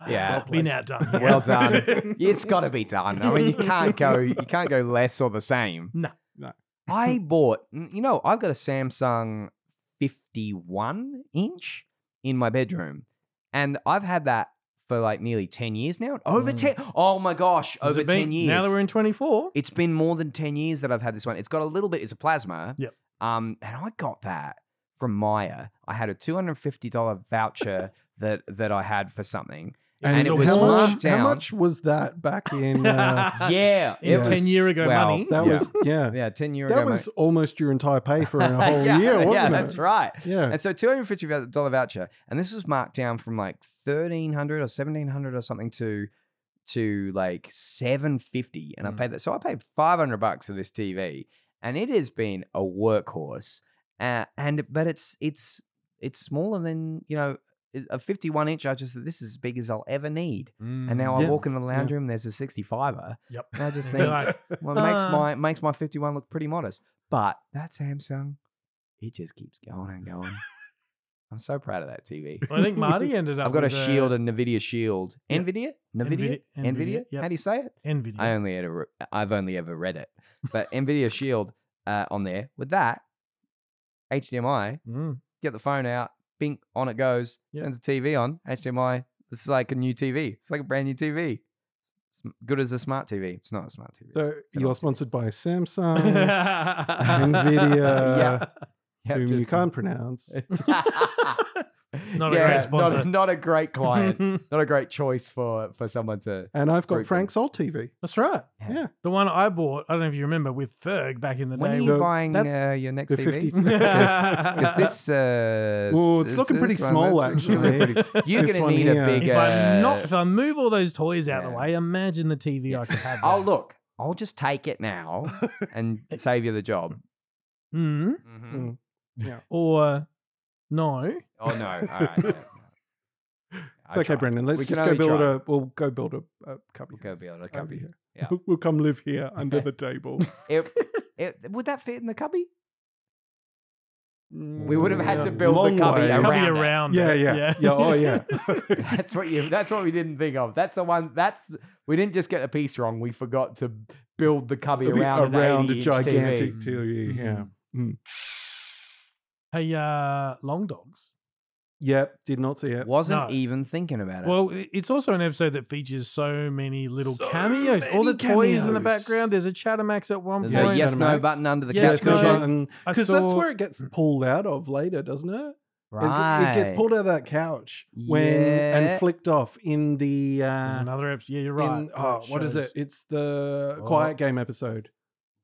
D: "Ah,
C: Yeah.
D: I've been outdone. here."
C: Well done. It's got to be done. I mean, you can't go you can't go less or the same.
D: No.
A: No.
C: I bought, you know, I've got a Samsung 51 inch in my bedroom, and I've had that for like nearly 10 years now. Over 10.
D: Mm.
C: Oh my gosh,
D: Has
C: over
D: it been-
C: 10 years.
D: Now that we're in twenty-four,
C: it's been more than 10 years that I've had this one. It's got a little bit, it's a plasma.
D: Yep.
C: Um, and I got that from Maya. I had a $250 voucher that that I had for something.
A: And,
C: And
A: so
C: it was
A: how, much,
C: marked
A: how
C: down.
A: much was that back in? Uh,
C: Yeah.
D: In
A: it
D: 10 year ago
C: well,
D: money.
A: that
C: yeah.
A: was, yeah.
C: Yeah, 10 year
A: That
C: ago
A: was almost your entire pay for a
C: money.
A: whole
C: yeah,
A: year, wasn't
C: yeah,
A: it?
C: that's right.
A: Yeah.
C: And so two hundred fifty dollar voucher, and this was marked down from like thirteen hundred or seventeen hundred or something to to like 750 and
D: Mm.
C: I paid that. So I paid 500 bucks for this TV and it has been a workhorse. Uh, and but it's it's it's smaller than, you know, i- a 51 inch I just this is as big as I'll ever need. And now I
A: Mm. Yeah,
C: walk in the lounge
A: yeah.
C: room there's a 65er.
D: Yep.
C: And I just
D: They're
C: think
D: like,
C: well, it makes
D: Uh.
C: my makes my 51 look pretty modest. But that Samsung, it just keeps going and going. I'm so proud of that TV.
D: I think Marty ended up.
C: I've got a
D: with
C: shield, a Nvidia shield,
D: yeah.
C: Nvidia,
D: Nvidia-
C: Nvidia,
D: uh, Nvidia,
C: Nvidia.
D: yep.
C: How do you say it?
D: Nvidia.
C: I only ever, I've only ever read it, but Nvidia shield uh, on there with that HDMI.
D: Mm.
C: Get the phone out, bing, on it goes.
D: Yeah.
C: Turns the TV on, HDMI. This is like a new TV. It's like a brand new TV. It's Good as a smart TV. It's not a smart TV.
A: So
C: an
A: you're
C: old TV.
A: sponsored by Samsung,
C: Yeah.
A: Nvidia,
C: Yep,
A: whom you
C: just-
A: can't pronounce.
D: eh, Not a great sponsor.
C: Not, not a great client. not a great choice for for someone to.
A: And I've got
C: Very good.
A: Frank's old TV.
D: That's right.
C: Yeah.
A: Yeah.
D: The one I bought, I don't know if you remember, with Ferg back in the
C: When are
D: day.
C: you
A: the-
C: buying
A: that-
C: uh, your next
A: The
C: TV?
A: 50
C: Because this. Uh,
A: Oh, it's
C: this-
A: looking pretty
C: this one,
A: small,
C: that's looking
A: actually.
C: You're
A: This
C: going to
A: one
C: need a
A: here.
C: big.
D: if I
C: uh,
D: not, if I move all those toys out of the
C: yeah.
D: way, imagine the TV I could have.
C: oh, look. I'll just take it now and save you the job.
D: Mm,
C: Mhm.
D: or no.
C: Oh no! All right. yeah, no.
A: It's
C: I
A: okay,
C: tried.
A: Brendan. Let's
C: We can
A: just go
C: only
A: build
C: try.
A: a. We'll go build a, a cubby.
C: We'll go
A: house
C: build a
A: over
C: cubby.
A: here.
C: Yeah.
A: We'll come live here under
C: Okay.
A: the table.
C: It- it- would that fit in the cubby? We would have had to
A: Mm,
C: build
A: long
C: the cubby
A: ways.
C: around.
D: Cubby
C: it.
D: around.
A: Yeah,
D: it,
A: yeah, yeah, Oh, yeah.
C: That's what you. That's what we didn't think of. That's the one. That's we didn't just get the piece wrong. We forgot to build the cubby
A: It'll be
C: around,
A: around
C: an
A: a
C: 80
A: gigantic
D: Mm.
A: TV. Yeah.
C: Mm-hmm.
D: Mhm. Hey, uh, long dogs.
A: Yep. Did not see
C: TV.
A: it.
C: Wasn't
D: No.
C: even thinking about it.
D: Well, i- it's also an episode that features so many little
A: So
D: cameos. All the
A: many
D: toys in the
A: cameos.
D: background. There's a Chattermax at one
C: There's
D: point.
A: Yeah,
C: no
A: you
C: yes
A: gotta
C: no
A: make-
C: button under the couch
D: Yes,
A: Yes,
D: no.
A: no,
C: cushion.
D: I
A: because that's
D: saw-
A: where it gets pulled out of later, doesn't it? It-
C: Right.
A: It, gets pulled out of that couch when
C: Yeah.
A: and flicked off in the
D: There's
A: uh,
D: another episode. Yeah, you're right.
A: in, oh,
D: That
A: what is
D: shows-
A: it? It's the
D: Oh.
A: Quiet Game episode.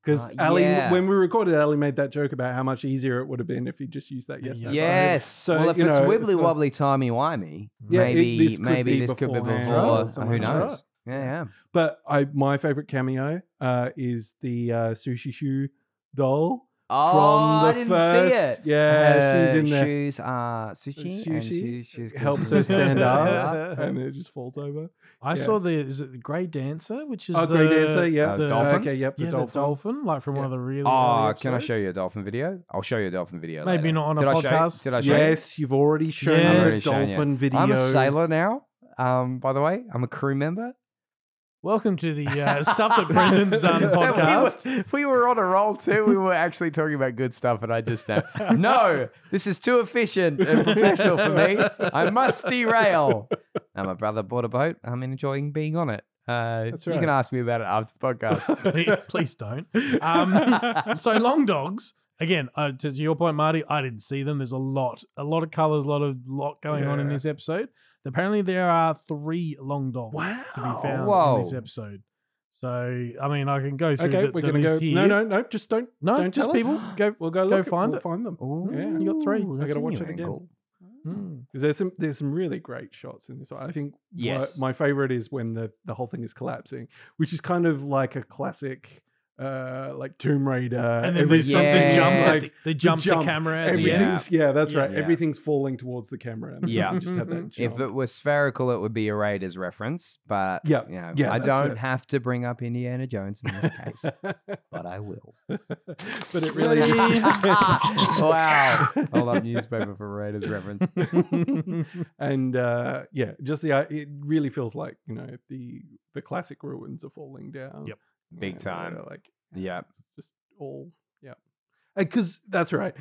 A: Because
C: Uh,
A: Ali,
C: yeah.
A: when we recorded, Ali made that joke about how much easier it would have been if he just used that
D: Yeah,
A: yes.
D: yeah.
A: no,
C: Yes.
A: So,
C: well, if
A: you
C: it's
A: know, it's
C: wibbly
A: not-
C: wobbly timey wimey,
A: Yeah, it-
C: maybe
A: this could
C: maybe
A: be
C: this could be
A: beforehand
D: or
C: before.
A: something.
C: Who
D: That's right.
C: knows? Yeah, yeah.
A: But I, my favorite cameo uh, is the uh, sushi shoe doll
C: Oh,
A: from the
C: I didn't
A: first.
C: see it.
A: Yeah, she's
C: Her
A: in there
C: Shoes are sushi. and
A: Sushi
C: she- she's
A: helps her
C: considered-
A: stand up. and it just falls over.
D: I
A: Yeah.
D: saw the is it the Grey Dancer, which is
A: Oh,
D: the,
A: Grey Dancer, yeah.
C: Uh,
D: the-
C: dolphin?
A: Okay, yep, the
D: yeah, the
A: dolphin.
D: dolphin, like from one of the really.
C: Oh,
D: early
C: can I show
D: episodes.
C: you a dolphin video? I'll show you a dolphin video.
D: Maybe
C: later.
D: not on a
C: Did I show you-
D: podcast.
C: Did I show you?
A: Yes, you've already shown
D: Yes.
A: me
D: I've
A: the
D: already
C: shown you.
A: dolphin video.
C: I'm a sailor now. Um, by the way, I'm a crew member.
D: Welcome to the uh, stuff that Brendan's done
C: We were-
D: podcast.
C: We were on a roll too. We were actually talking about good stuff, and I just uh, no, this is too efficient and professional for me. I must derail. Now my brother bought a boat. I'm enjoying being on it. Uh,
A: That's
C: You
A: right.
C: can ask me about it after the podcast.
D: Please- Please don't. Um, so long dogs. Again, uh, to your point, Marty, I didn't see them. There's a lot, a lot of colors, a lot of lot going on in
A: Yeah.
D: this episode. Apparently, there are three long dogs to be found in this
C: Whoa.
D: episode. So, I mean, I can go through
A: Okay,
D: the,
A: we're
D: the
A: gonna go.
D: list here.
A: No, no, no. Just don't.
D: No,
A: don't tell
D: just
A: us.
D: people go.
A: We'll go
D: go
A: look. at-
D: find
A: we'll
D: it.
A: find them
C: Ooh,
A: Yeah.
D: You got three. I
C: that's
A: gotta
C: a new
A: watch it again.
C: angle.
A: Hmm.
D: Mm.
A: because there's some there's some really great shots in this. one. I think what-
C: Yes.
A: my favorite is when the the whole thing is collapsing, which is kind of like a classic, uh, like Tomb Raider.
D: And then there's something
C: Yeah.
D: jump. at
A: like,
D: the- They jump to
A: jump,
D: camera at the end.
A: everything's yeah, that's
D: Yeah. Mm-hmm.
A: right.
C: Yeah.
A: Everything's falling towards the camera. And
C: Yeah.
A: you just have that.
C: If
A: jump.
C: it was spherical, it would be a Raiders reference, but
A: Yeah,
C: you know,
A: yeah,
C: I
A: that's
C: don't
A: it.
C: have to bring up Indiana Jones in this case, but I will.
A: but it really is.
C: wow. Oh, Hold up, newspaper for Raiders reference.
A: and uh, yeah, just the i- it really feels like you know the the classic ruins are falling down.
D: Yep.
A: You
C: Big
A: know, they're
C: time.
A: Like
C: Yeah.
A: just all yeah, because that's right.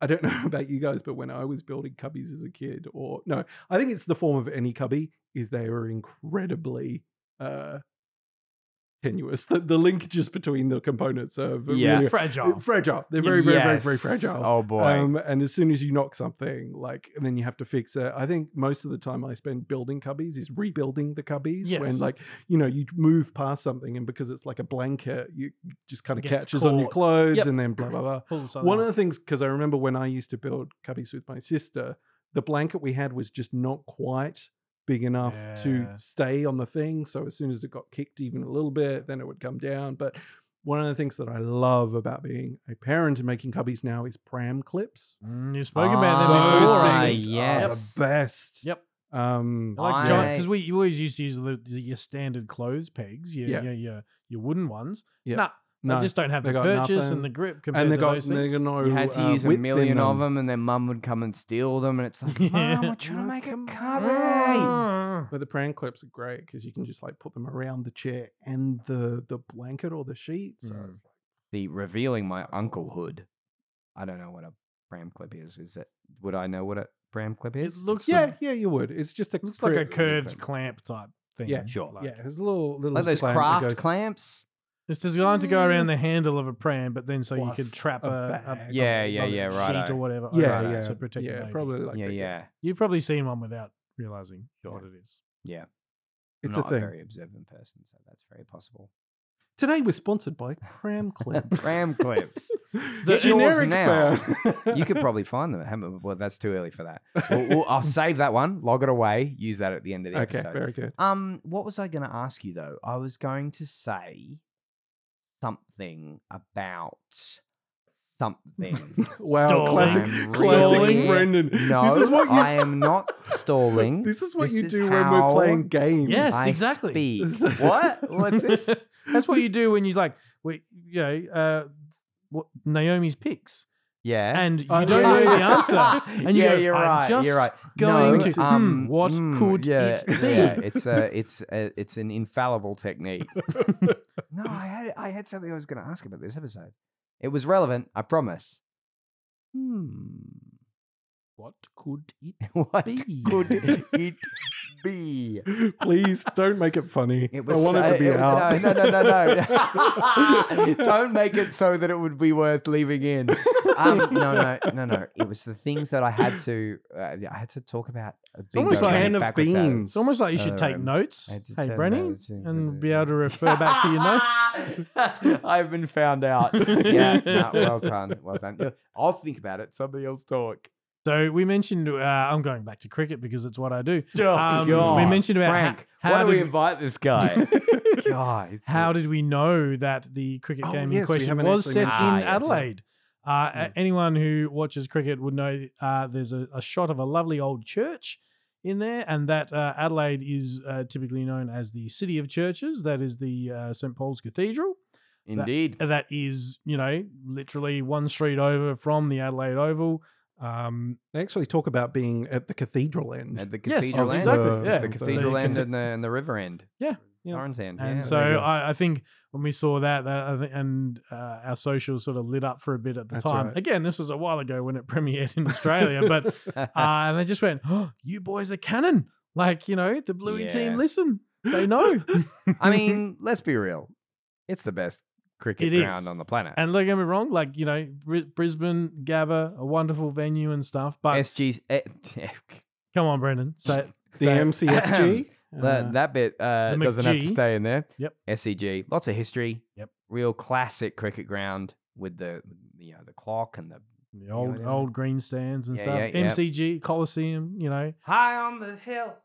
A: I don't know about you guys, but when I was building cubbies as a kid, or no, I think it's the form of any cubby is they are incredibly uh tenuous. The, the link just between the components of
C: Yeah.
A: really,
D: Fragile.
A: fragile. They're very, very, very, very
C: Yes.
A: fragile.
C: Oh boy.
A: Um, and as soon as you knock something, like, and then you have to fix it. I think most of the time I spend building cubbies is rebuilding the cubbies when,
D: Yes.
A: like, you know, you move past something and because it's like a blanket, you you just kind of
D: Gets
A: catches on your
D: caught.
A: clothes
D: Yep.
A: and then blah blah blah.
D: Pull the side
A: One
D: off.
A: of the things because I remember when I used to build cubbies with my sister, the blanket we had was just not quite big enough to
D: Yeah.
A: stay on the thing. So as soon as it got kicked even a little bit, then it would come down. But one of the things that I love about being a parent and making cubbies now is pram clips.
D: Mm, you spoke about them
A: Those
D: before.
A: things
D: I
A: are
D: think.
A: the best.
D: Yep.
A: Um,
D: I like
F: I-
D: giant because we you always used to use the, the- your standard clothes pegs, your
A: Yeah.
D: your, your your wooden ones.
A: Yeah.
D: Nah,
A: no.
D: they just don't have
A: they got
D: the purchase
A: nothing.
D: and the grip compared
A: and they
D: to
A: got,
D: those
A: they
D: things.
A: got no.
C: You had to
A: uh,
C: use a
A: width in
C: million of
A: them.
C: them, and then mum would come and steal them, and it's like,
D: Yeah.
C: Mum, we're trying to
A: No,
C: make a
A: come
C: cupboard.
A: But the pram clips are great because you can just like put them around the chair and the the blanket or the sheet. So
D: Mm.
A: it's
C: The revealing my unclehood. I don't know what a bram clip is. Is it? Would I know what a bram clip is?
D: It looks
A: Yeah,
D: a,
A: yeah, you would. It's just a
D: looks like a
A: cri-
D: curved
C: different.
D: clamp type thing.
A: Yeah,
C: sure.
D: like.
A: Yeah, there's a little little
C: like those
A: clamp that
C: craft
A: goes
C: clamps.
D: It's designed to go around the handle of a pram, but then so you
A: Mm. plus
D: could trap a, a,
A: bag.
C: Yeah,
D: a
C: yeah, yeah,
D: sheet
C: righto.
D: or whatever. over
A: Yeah,
D: it
A: yeah,
D: to protect the
A: yeah,
D: baby.
A: probably like
C: yeah,
A: that,
C: yeah.
D: You've probably seen one without realizing what it is.
A: It's
C: I'm
A: a
C: not
A: thing.
C: very observant person, so that's very possible.
A: Today we're sponsored by Pram Clip.
C: Bram clips.
A: the
C: Get yours
A: generic
C: now.
A: brand.
C: You could probably find them. at Hammer- Well, that's too early for that. We'll- we'll- I'll save that one. Log it away. Use that at the end of the
A: okay,
C: episode.
A: very good.
C: Um, what was I going to ask you though? I was going to say something about something.
A: Wow,
D: Stalling.
A: classic,
C: I'm
A: classic
D: really-
A: Brendan.
C: No,
A: this is what you.
C: I am not stalling.
A: this is what
C: This
A: you
C: is
A: do when we're
C: how-
A: playing games.
D: Yes,
C: I
D: exactly.
C: Speak.
A: This-
C: what? What's this?
D: That's what you do when you like, we, you know, uh, what Naomi's picks,
C: Yeah.
D: and you
A: Uh,
D: don't
A: yeah.
D: know the answer. and you
C: yeah,
D: go,
C: are
D: "I'm
C: right.
D: just
C: you're right.
D: going
C: no,
D: to- hmm,
C: um,
D: what
C: mm,
D: could
C: yeah,
D: it be?
C: Yeah, it's a, it's a, it's an infallible technique. no, I had, I had something I was going to ask about this episode. It was relevant, I promise. Hmm.
D: What could it
C: What
D: be?
C: could it be?
A: Please don't make it funny.
C: It was
A: I want it
C: so-
A: to be
C: was-
A: out.
C: No, no, no, no. no. Don't make it so that it would be worth leaving in. Um, no, no, no, no. It was the things that I had to. Uh, I had to talk about. A bingo
D: almost like
C: game
A: Can of
C: backwards out.
A: beans.
D: It's almost like you should
C: Uh,
D: take
C: um,
D: notes.
C: I had to
D: Hey,
C: turn
D: Brenny,
C: those into
D: and
C: the-
D: be able to refer back to your notes.
C: notes. I've been found out. yeah, no, well done, well done. Yeah, I'll think about it. Somebody else talk.
D: So we mentioned. Uh, I'm going back to cricket because it's what I do.
C: Oh,
D: Um,
C: God.
D: we mentioned about ho-
C: Frank.
D: how,
C: why do we
D: did-
C: invite this guy? God, he's
D: how
C: the-
D: did we know that the cricket
A: Oh,
D: game in
A: yes, we
D: question
A: haven't
D: was
A: actually
D: set in
C: mentioned that. Ah, yes.
D: Adelaide? Uh, a- Anyone who watches cricket would know uh, there's a, a shot of a lovely old church in there, and that uh, Adelaide is uh, typically known as the city of churches. That is the uh, St Paul's Cathedral.
C: indeed?
D: that is, you know, literally one street over from the Adelaide Oval. Um,
A: They actually talk about being at the cathedral end.
C: At the
D: yes,
C: cathedral end.
D: exactly.
A: Uh,
D: yeah,
C: The
A: So
C: cathedral
D: you
C: end
D: can-
C: and the, and the river end.
D: Yeah,
A: yeah.
C: Orange end.
D: And
C: yeah,
D: so
C: there you go.
D: I, I think when we saw that, that I think, and uh, our socials sort of lit up for a bit at the
A: That's
D: time.
A: right.
D: Again, this was a while ago when it premiered in Australia, but uh, and they just went, "Oh, you boys are cannon!" Like you know, the Bluey
C: Yeah.
D: team. Listen, they know.
C: I mean, let's be real. It's the best cricket
D: It
C: ground
D: is.
C: on the planet.
D: and don't get me wrong, like you know, Bri- Brisbane, Gabba, a wonderful venue and stuff. But
C: SG's eh,
D: come on, Brendan, say it.
A: the
D: So-
A: MCSG.
C: that,
A: uh,
C: that bit uh, doesn't have to
D: McG.
C: stay in there.
D: Yep.
C: SEG, lots of history.
D: Yep.
C: Real classic cricket ground with the you know the clock and the
D: the old
C: anyway.
D: old green stands and
C: Yeah,
D: stuff.
C: yeah, yeah.
D: MCG Coliseum, you know.
C: high on the hill,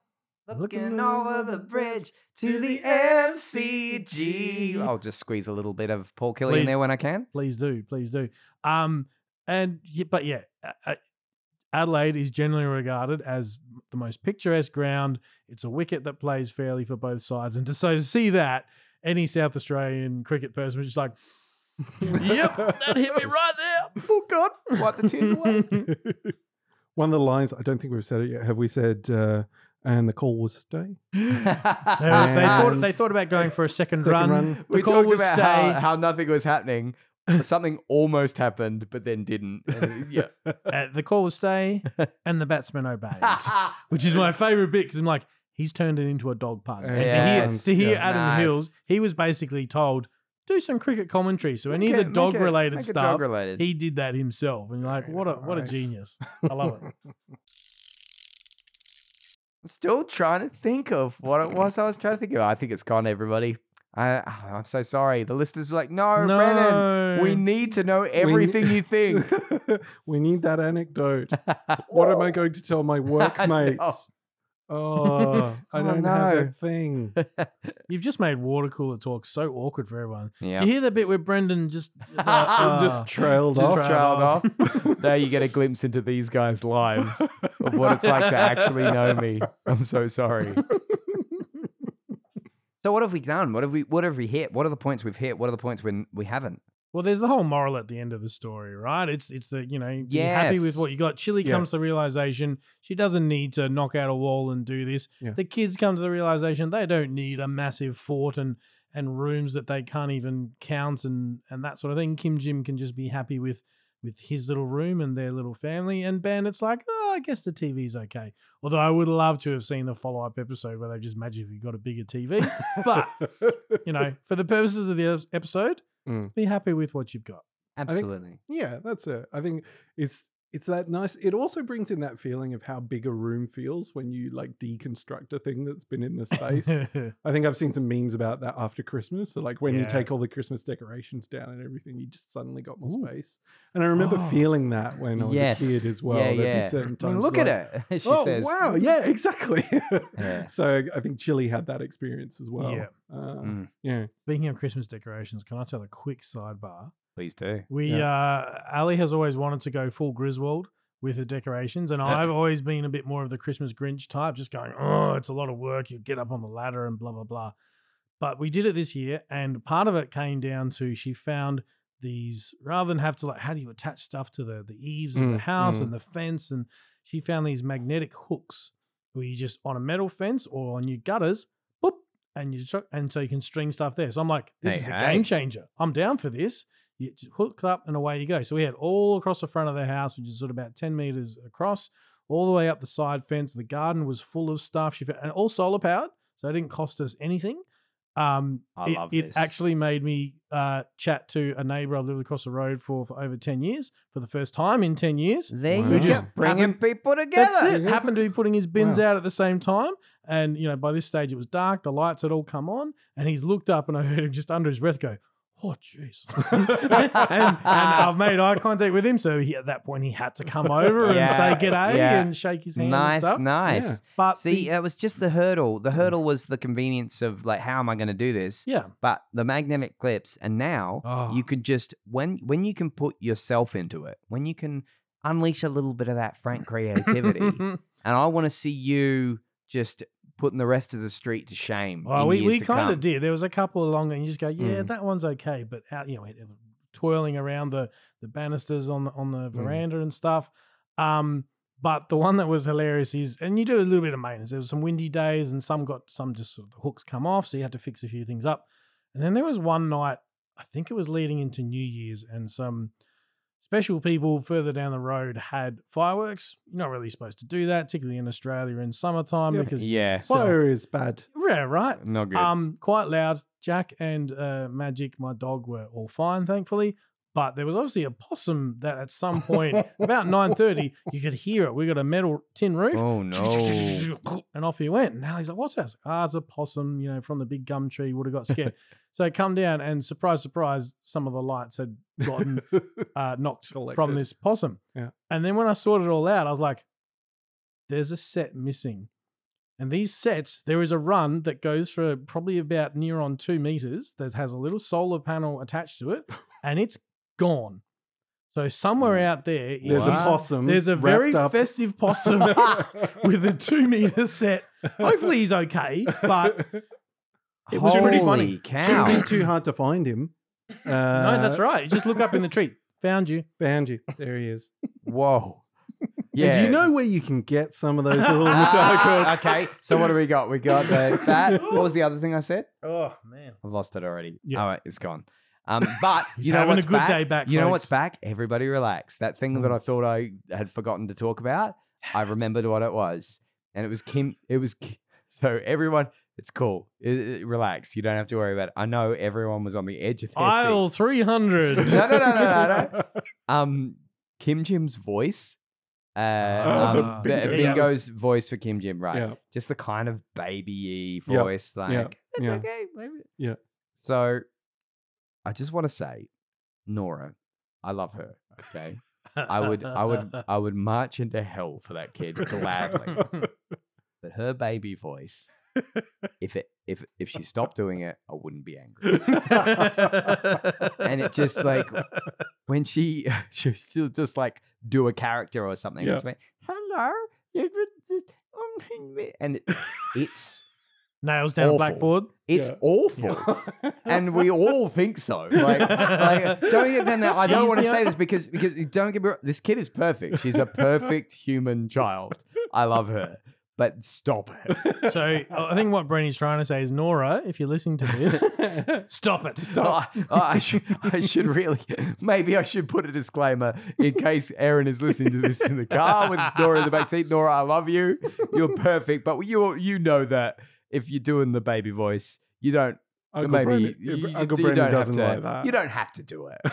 D: Looking
C: looking
D: over
C: over the
D: the
C: bridge to the
D: MCG.
C: MCG. I'll just squeeze a little bit of Paul Kelly in
D: Please.
C: there when I can.
D: Please do, please do. Um, and yeah, but yeah, uh, uh, Adelaide is generally regarded as the most picturesque ground. It's a wicket that plays fairly for both sides, and to so to see that any South Australian cricket person was just like,
A: Uh,
D: "Yep, that hit me right there." Oh God,
C: Wipe the tears away.
A: one of the lines, I don't think we've said it yet. Have we said, uh, and the call was stay?
D: they, they thought,
C: Um,
A: And-
D: they thought about going for a second,
A: Second
D: run.
A: run.
D: The call was stay.
C: How, how nothing was happening. Something almost happened, but then didn't. And, yeah.
D: uh, the call was stay, and the batsman obeyed. which is my favorite bit because I'm like, he's turned it into a dog pun. And to hear,
C: Yes,
D: to hear
A: yeah.
D: Adam
C: Uh, Nice.
D: Hills, he was basically told, do some cricket commentary. So any of the
C: Make it- make
D: dog
C: it-
D: related
C: make it
D: stuff,
C: dog-related.
D: he did that himself. And you're like,
A: Very
D: what a what a
A: nice.
D: genius. I love it.
C: I'm still trying to think of what it was I was trying to think of. I think it's gone, everybody. I, ah, I'm so sorry. The listeners were like, no, Brennan, we need to know everything you think.
A: we need that anecdote. What am I going to tell my workmates? Oh, I
B: Oh,
A: don't
B: no.
A: have that thing.
D: You've just made water cooler talk so awkward for everyone. Do
B: yeah.
D: you hear that bit where Brendan just uh,
A: It
D: uh,
A: just trailed
D: just
A: off.
D: trailed
B: Child off. now you get a glimpse into these guys' lives of what it's like to actually know me. I'm so sorry.
C: So what have we done? What have we? What have we hit? What are the points we've hit? What are the points when we haven't?
D: Well, there's the whole moral at the end of the story, right? It's it's the you know be happy
C: Yes.
D: with what you got. Chili comes
A: Yes.
D: to the realization she doesn't need to knock out a wall and do this.
A: Yeah.
D: The kids come to the realization they don't need a massive fort and and rooms that they can't even count and and that sort of thing. Kim Jim can just be happy with with his little room and their little family. And Bandit's like, oh, I guess the TV's okay. Although I would love to have seen the follow up episode where they've just magically got a bigger TV. but you know, for the purposes of the ep- episode,
A: Mm.
D: be happy with what you've got.
C: Absolutely.
A: Yeah, that's it. I think it's it's that nice. It also brings in that feeling of how big a room feels when you like deconstruct a thing that's been in the space. I think I've seen some memes about that after Christmas. So like when you
D: Yeah.
A: take all the Christmas decorations down and everything, you just suddenly got more space. And I remember
B: Oh.
A: feeling that when I was
B: Yes.
A: a kid as
B: Yeah,
A: well. There'd be
B: yeah.
A: certain
B: I mean,
A: times
B: look
A: like,
B: at it. She
A: oh
B: says.
A: wow! Yeah, exactly.
B: Yeah.
A: So I think Chile had that experience as well.
D: Yeah.
A: Uh,
C: Mm.
A: Yeah.
D: Speaking of Christmas decorations, can I tell a quick sidebar?
C: Please do.
D: We,
A: Yeah.
D: uh, Ali has always wanted to go full Griswold with the decorations, and I've always been a bit more of the Christmas Grinch type, just going, oh, it's a lot of work. You get up on the ladder and blah, blah, blah. But we did it this year, and part of it came down to she found these rather than have to like how do you attach stuff to the the eaves of the
A: Mm,
D: house
A: mm.
D: and the fence and she found these magnetic hooks where you just on a metal fence or on your gutters boop and you str- and so you can string stuff there so i'm like this
C: Hey,
D: is a
C: hey.
D: game changer i'm down for this you just hook up and away you go so we had all across the front of the house which is sort of about 10 meters across all the way up the side fence the garden was full of stuff she found, and all solar powered so it didn't cost us anything um,
C: I
D: it,
C: love
D: it
C: this.
D: actually made me uh, chat to a neighbor I've lived across the road for for over ten years for the first time in ten years.
C: There
A: Wow.
C: you
A: We
C: go.
A: just
C: Bringing
D: haven't-
C: people together.
D: That's it.
A: Yeah.
D: Happened to be putting his bins
A: Wow.
D: out at the same time, and you know by this stage it was dark. The lights had all come on, and he's looked up, and I heard him just under his breath go. Oh jeez! and, and I've made eye contact with him, so he, at that point he had to come over
C: Yeah,
D: and say g'day
C: yeah.
D: and shake his hand. and
C: Nice,
D: stuff.
C: nice.
A: Yeah.
D: But
C: See, uh,
D: the-
C: that was just the hurdle. The hurdle was the convenience of like, how am I going to do this?
D: yeah,
C: But the magnetic clips, and now you
D: Oh.
C: could just when when you can put yourself into it, when you can unleash a little bit of that frank creativity, and I want to see you just putting the rest of the street to shame.
D: Well,
C: in
D: we,
C: years
D: we
C: to
D: kind
C: come.
D: of did. There was a couple along, and you just go, yeah,
A: Mm.
D: that one's okay. But out, you know, it- it- twirling around the the banisters on the,
C: Mm.
D: on the veranda and stuff. Um, but the one that was hilarious is, and you do a little bit of maintenance. There was some windy days, and some got some just sort of the hooks come off, so you had to fix a few things up. And then there was one night, I think it was leading into New Year's, and some special people further down the road had fireworks. You're not really supposed to do that, particularly in Australia in summertime,
A: Yeah.
D: because
B: Yeah.
D: So-
A: Fire is bad.
D: yeah, right.
B: Not good.
D: Um, quite loud. Jack and uh, Magic, my dog, were all fine, thankfully. But there was obviously a possum that at some point, about nine thirty, you could hear it. We got a metal tin roof,
B: oh no.
D: and off he went. And now he's like, "What's that?" Ah, it's a possum, you know, from the big gum tree. Would have got scared. so come down, and surprise, surprise, some of the lights had gotten uh, knocked from
A: Collected.
D: this possum.
A: Yeah.
D: And then when I sorted it all out, I was like, there's a set missing. And these sets, there is a run that goes for probably about near on two meters that has a little solar panel attached to it, and it's gone. So somewhere out there, is
A: Mm. There's
D: a
A: a possum.
D: there's a
A: wrapped
D: very
A: up.
D: festive possum with a two meter set. Hopefully he's okay, but it was pretty funny.
C: Holy
A: Shouldn't
C: Cow.
A: be too hard to find him. Uh,
D: no, that's right. You just look up in the tree. Found you.
A: Found you. There he is.
B: Whoa. Yeah.
A: And do you know where you can get some of those little metallic
B: Ah,
A: hooks?
B: okay. So what do we got? We got the, that. What was the other thing I said?
D: Oh man.
B: I've lost it already.
D: Yeah.
B: All right, it's gone. Um, but
D: He's
B: you know
D: having a
B: what's
D: good
B: back?
D: day back,
B: You know what's
D: folks.
B: back? Everybody relax. That thing
A: Mm.
B: that I thought I had forgotten to talk about, I remembered what it was, and it was Kim. It was Ki- so everyone. It's cool. I- I- relax. You don't have to worry about it. I know everyone was on the edge of their seat.
D: Aisle three hundred.
B: No, no, no, no, no, no. Um, Kim Jim's voice. Uh,
A: Oh, the
B: um, the
A: bingo.
B: Bingo's voice for Kim Jim, right?
A: Yeah.
B: Just the kind of baby y
A: Yep,
B: voice, like
A: yeah,
B: it's
A: yeah.
B: okay. baby."
A: Yeah.
B: So, I just want to say, Nora, I love her. Okay, I would, I would, I would march into hell for that kid gladly. But
C: her baby voice, if it if if she stopped doing it, I wouldn't be angry.
D: and
C: it just, like, When she she was still just like do a character or something,
A: Yeah.
C: just went, "Hello," oh, and it, it's
D: nails down
C: awful.
D: blackboard.
C: it's
A: Yeah.
C: awful, and we all think so. Like, like don't get down there. I don't
D: She's
C: want to
D: the-
C: say this because because don't get me wrong. This kid is perfect. She's a perfect human child. I love her, but stop it.
D: So I- I think what Brenny's trying to say is Nora, if you're listening to this, stop it.
C: I, I should, I should really, maybe I should put a disclaimer in case Aaron is listening to this in the car with Nora in the back seat. Nora, I love you. You're perfect, but you you know that if you're doing the baby voice, you don't.
A: Uncle
C: maybe
A: Brendan,
C: you, you-
A: Uncle
C: you
A: Brendan
C: don't have
A: doesn't
C: to,
A: like that.
C: You don't have to do it.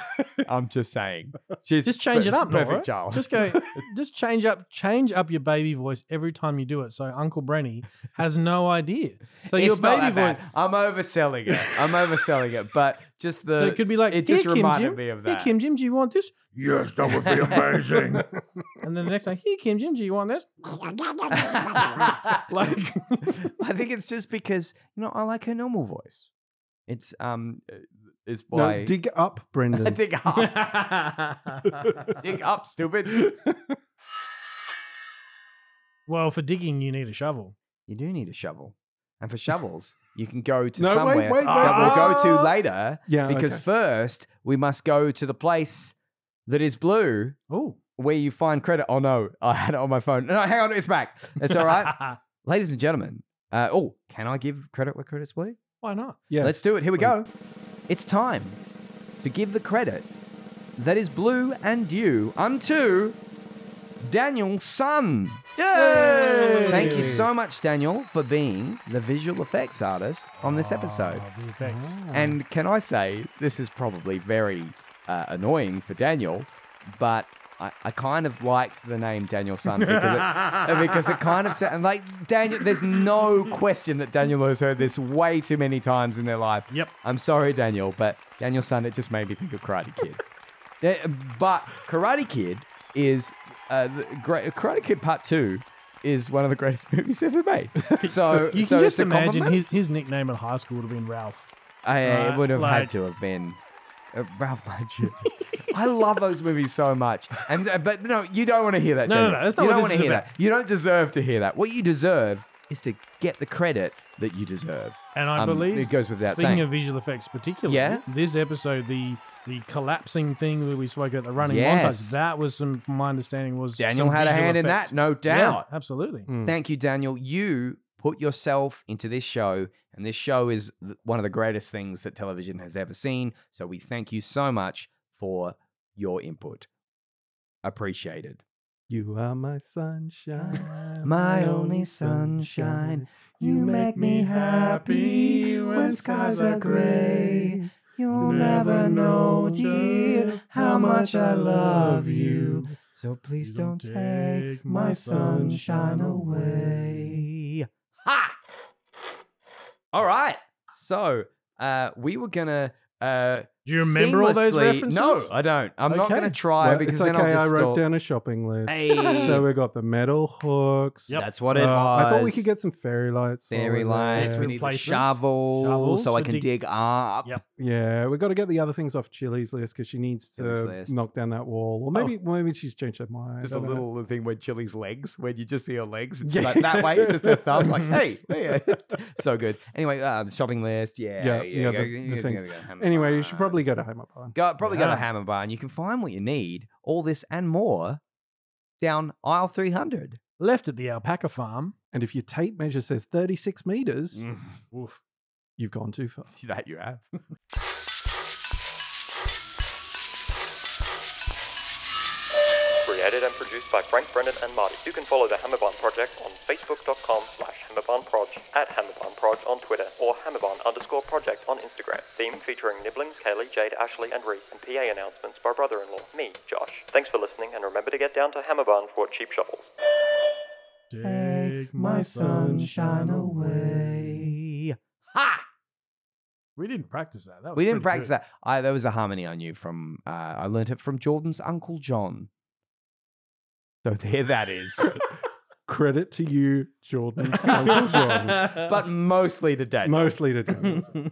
C: I'm just saying. She's
D: Just change it
C: per-
D: up,
C: Perfect
D: Nora.
C: child.
D: Just go, just change up, change up your baby voice every time you do it. So Uncle Brenny has no idea. So
C: It's
D: your
C: not
D: baby
C: that
D: voice,
C: bad. I'm overselling it. I'm overselling it, but just
D: so
C: the.
D: it could be like,
C: it just
D: "Here, Kim
C: reminded
D: Jim,
C: me of
D: Here,
C: that.
D: Kim Jim, do you want this?
G: Yes, that
C: would be amazing.
D: And then the next time, here, Kim Jim, do you want this?
C: like,
D: Like,
C: I think it's just because you know I like her normal voice. It's um, uh, is why
A: No, dig up, Brendan.
C: dig up, dig up, stupid.
D: well, for digging, you need a shovel.
C: You do need a shovel, and for shovels, you can go to
A: No, wait,
C: somewhere
A: wait,
C: that
A: wait,
C: we'll go
A: wait.
C: to later.
A: yeah,
C: Because
A: okay.
C: first we must go to the place that is blue,
D: Oh,
C: where you find credit. Oh no, I had it on my phone. No, hang on, it's back. It's all right, ladies and gentlemen. Uh, oh, can I give credit where credit's due?
D: Why not?
A: yeah,
C: Let's do it. Here we
A: please.
C: go. It's time to give the credit that is blue and due unto Daniel Sun.
D: Yay!
C: Thank you so much, Daniel, for being the visual effects artist on this episode. Ah.
D: Oh, the effects.
C: And can I say, this is probably very uh, annoying for Daniel, but I, I kind of liked the name Daniel Sun because it, uh, because it kind of sounds like Daniel. There's no question that Daniel has heard this way too many times in their life.
D: Yep.
C: I'm sorry, Daniel, but Daniel's son, it just made me think of Karate Kid. Yeah, but Karate Kid is uh, the great. Karate Kid Part Two is one of the greatest movies ever made. So
D: You
C: so
D: can
C: it's
D: just
C: a
D: imagine
C: compliment.
D: his, his nickname at high school would have been Ralph.
C: I,
D: Uh,
C: it would have
D: like-
C: had to have been uh, Ralph Macchio. I love those movies so much, and uh, but no, you don't want to hear that.
D: No, no,
C: Daniel.
D: no, that's not
C: you
D: what
C: don't
D: this
C: wanna
D: is
C: hear
D: about.
C: that. You don't deserve to hear that. What you deserve is to get the credit that you deserve.
D: And I
C: Um,
D: believe
C: it goes without
D: Speaking
C: saying.
D: of visual effects, particularly,
C: Yeah?
D: this episode, the the collapsing thing that we spoke about, the running montage,
C: Yes.
D: that was some, from my understanding, was
C: Daniel
D: some
C: had a
D: visual
C: hand in
D: effects.
C: that, no
D: Yeah,
C: doubt.
D: absolutely.
A: Mm.
C: Thank you, Daniel. You put yourself into this show, and this show is th- one of the greatest things that television has ever seen. So we thank you so much for your input. Appreciated.
A: You are my sunshine,
C: My only sunshine. You make me happy when skies are grey. You'll never know, dear, how much I love you. So please don't take my sunshine away. Ha! All right. So uh, we were gonna. Uh,
D: Do you remember all those
C: seamlessly-
D: references?
C: No, I don't. I'm not
D: Okay.
C: gonna try
A: Well,
C: because
A: it's
C: then
A: okay.
C: I'll
A: I
C: just
A: wrote
C: stall-
A: down a shopping list.
C: Hey,
A: So we got the metal hooks.
C: that's what it
A: Uh,
C: was.
A: I thought we could get uh, some fairy lights. while
C: fairy
A: we're
C: lights. We
A: there.
C: need the
D: Replacements.
C: shovel,
D: Shovels
C: so I
D: for
C: can
D: dig-
C: dig up.
D: Yep.
A: Yeah, we got to get the other things off Chili's list because she needs
C: Chili's
A: to
C: list.
A: knock down that wall, or maybe maybe she's changed her mind.
C: Oh. Just
A: I
C: a
A: don't know.
C: little thing where Chili's legs, when you just see her legs, and she's
A: Yeah.
C: like that way, just her thumb, like hey, hey, so good. Anyway, um, shopping list, yeah, yeah,
A: Yeah, yeah,
C: go-
A: the-
C: go-
A: the
C: go-
A: things.
C: go- go- hammer
A: Anyway, you should
C: barn.
A: probably go to Homer Barn.
C: go, probably go
D: Yeah.
C: to Hammer Barn. You can find what you need, all this and more, down aisle three hundred.
D: Left at the alpaca farm.
A: And if your tape measure says 36 meters,
C: Mm.
D: Oof.
A: you've gone too far.
C: that you have.
H: Created and produced by Frank Brennan and Marty. You can follow the Hammerbarn Project on facebook.com slash hammerbarnproj, at hammerbarnproj on Twitter, or hammerbarn underscore project on Instagram. Theme featuring Nibblings, Kaylee, Jade, Ashley, and Reese, and PA announcements by brother-in-law, me, Josh. Thanks for listening, and remember to get down to Hammerbarn for cheap shovels.
D: Take my sunshine
C: away. Ha!
D: We didn't practice that. that was
C: We didn't
D: pretty
C: practice
D: good.
C: that. I, there was a harmony I knew from. Uh, I learnt it from Jordan's uncle John. So there that is.
A: Credit to you, Jordan. Uncle Jordan.
C: but mostly to Daniel.
A: Mostly to Daniel.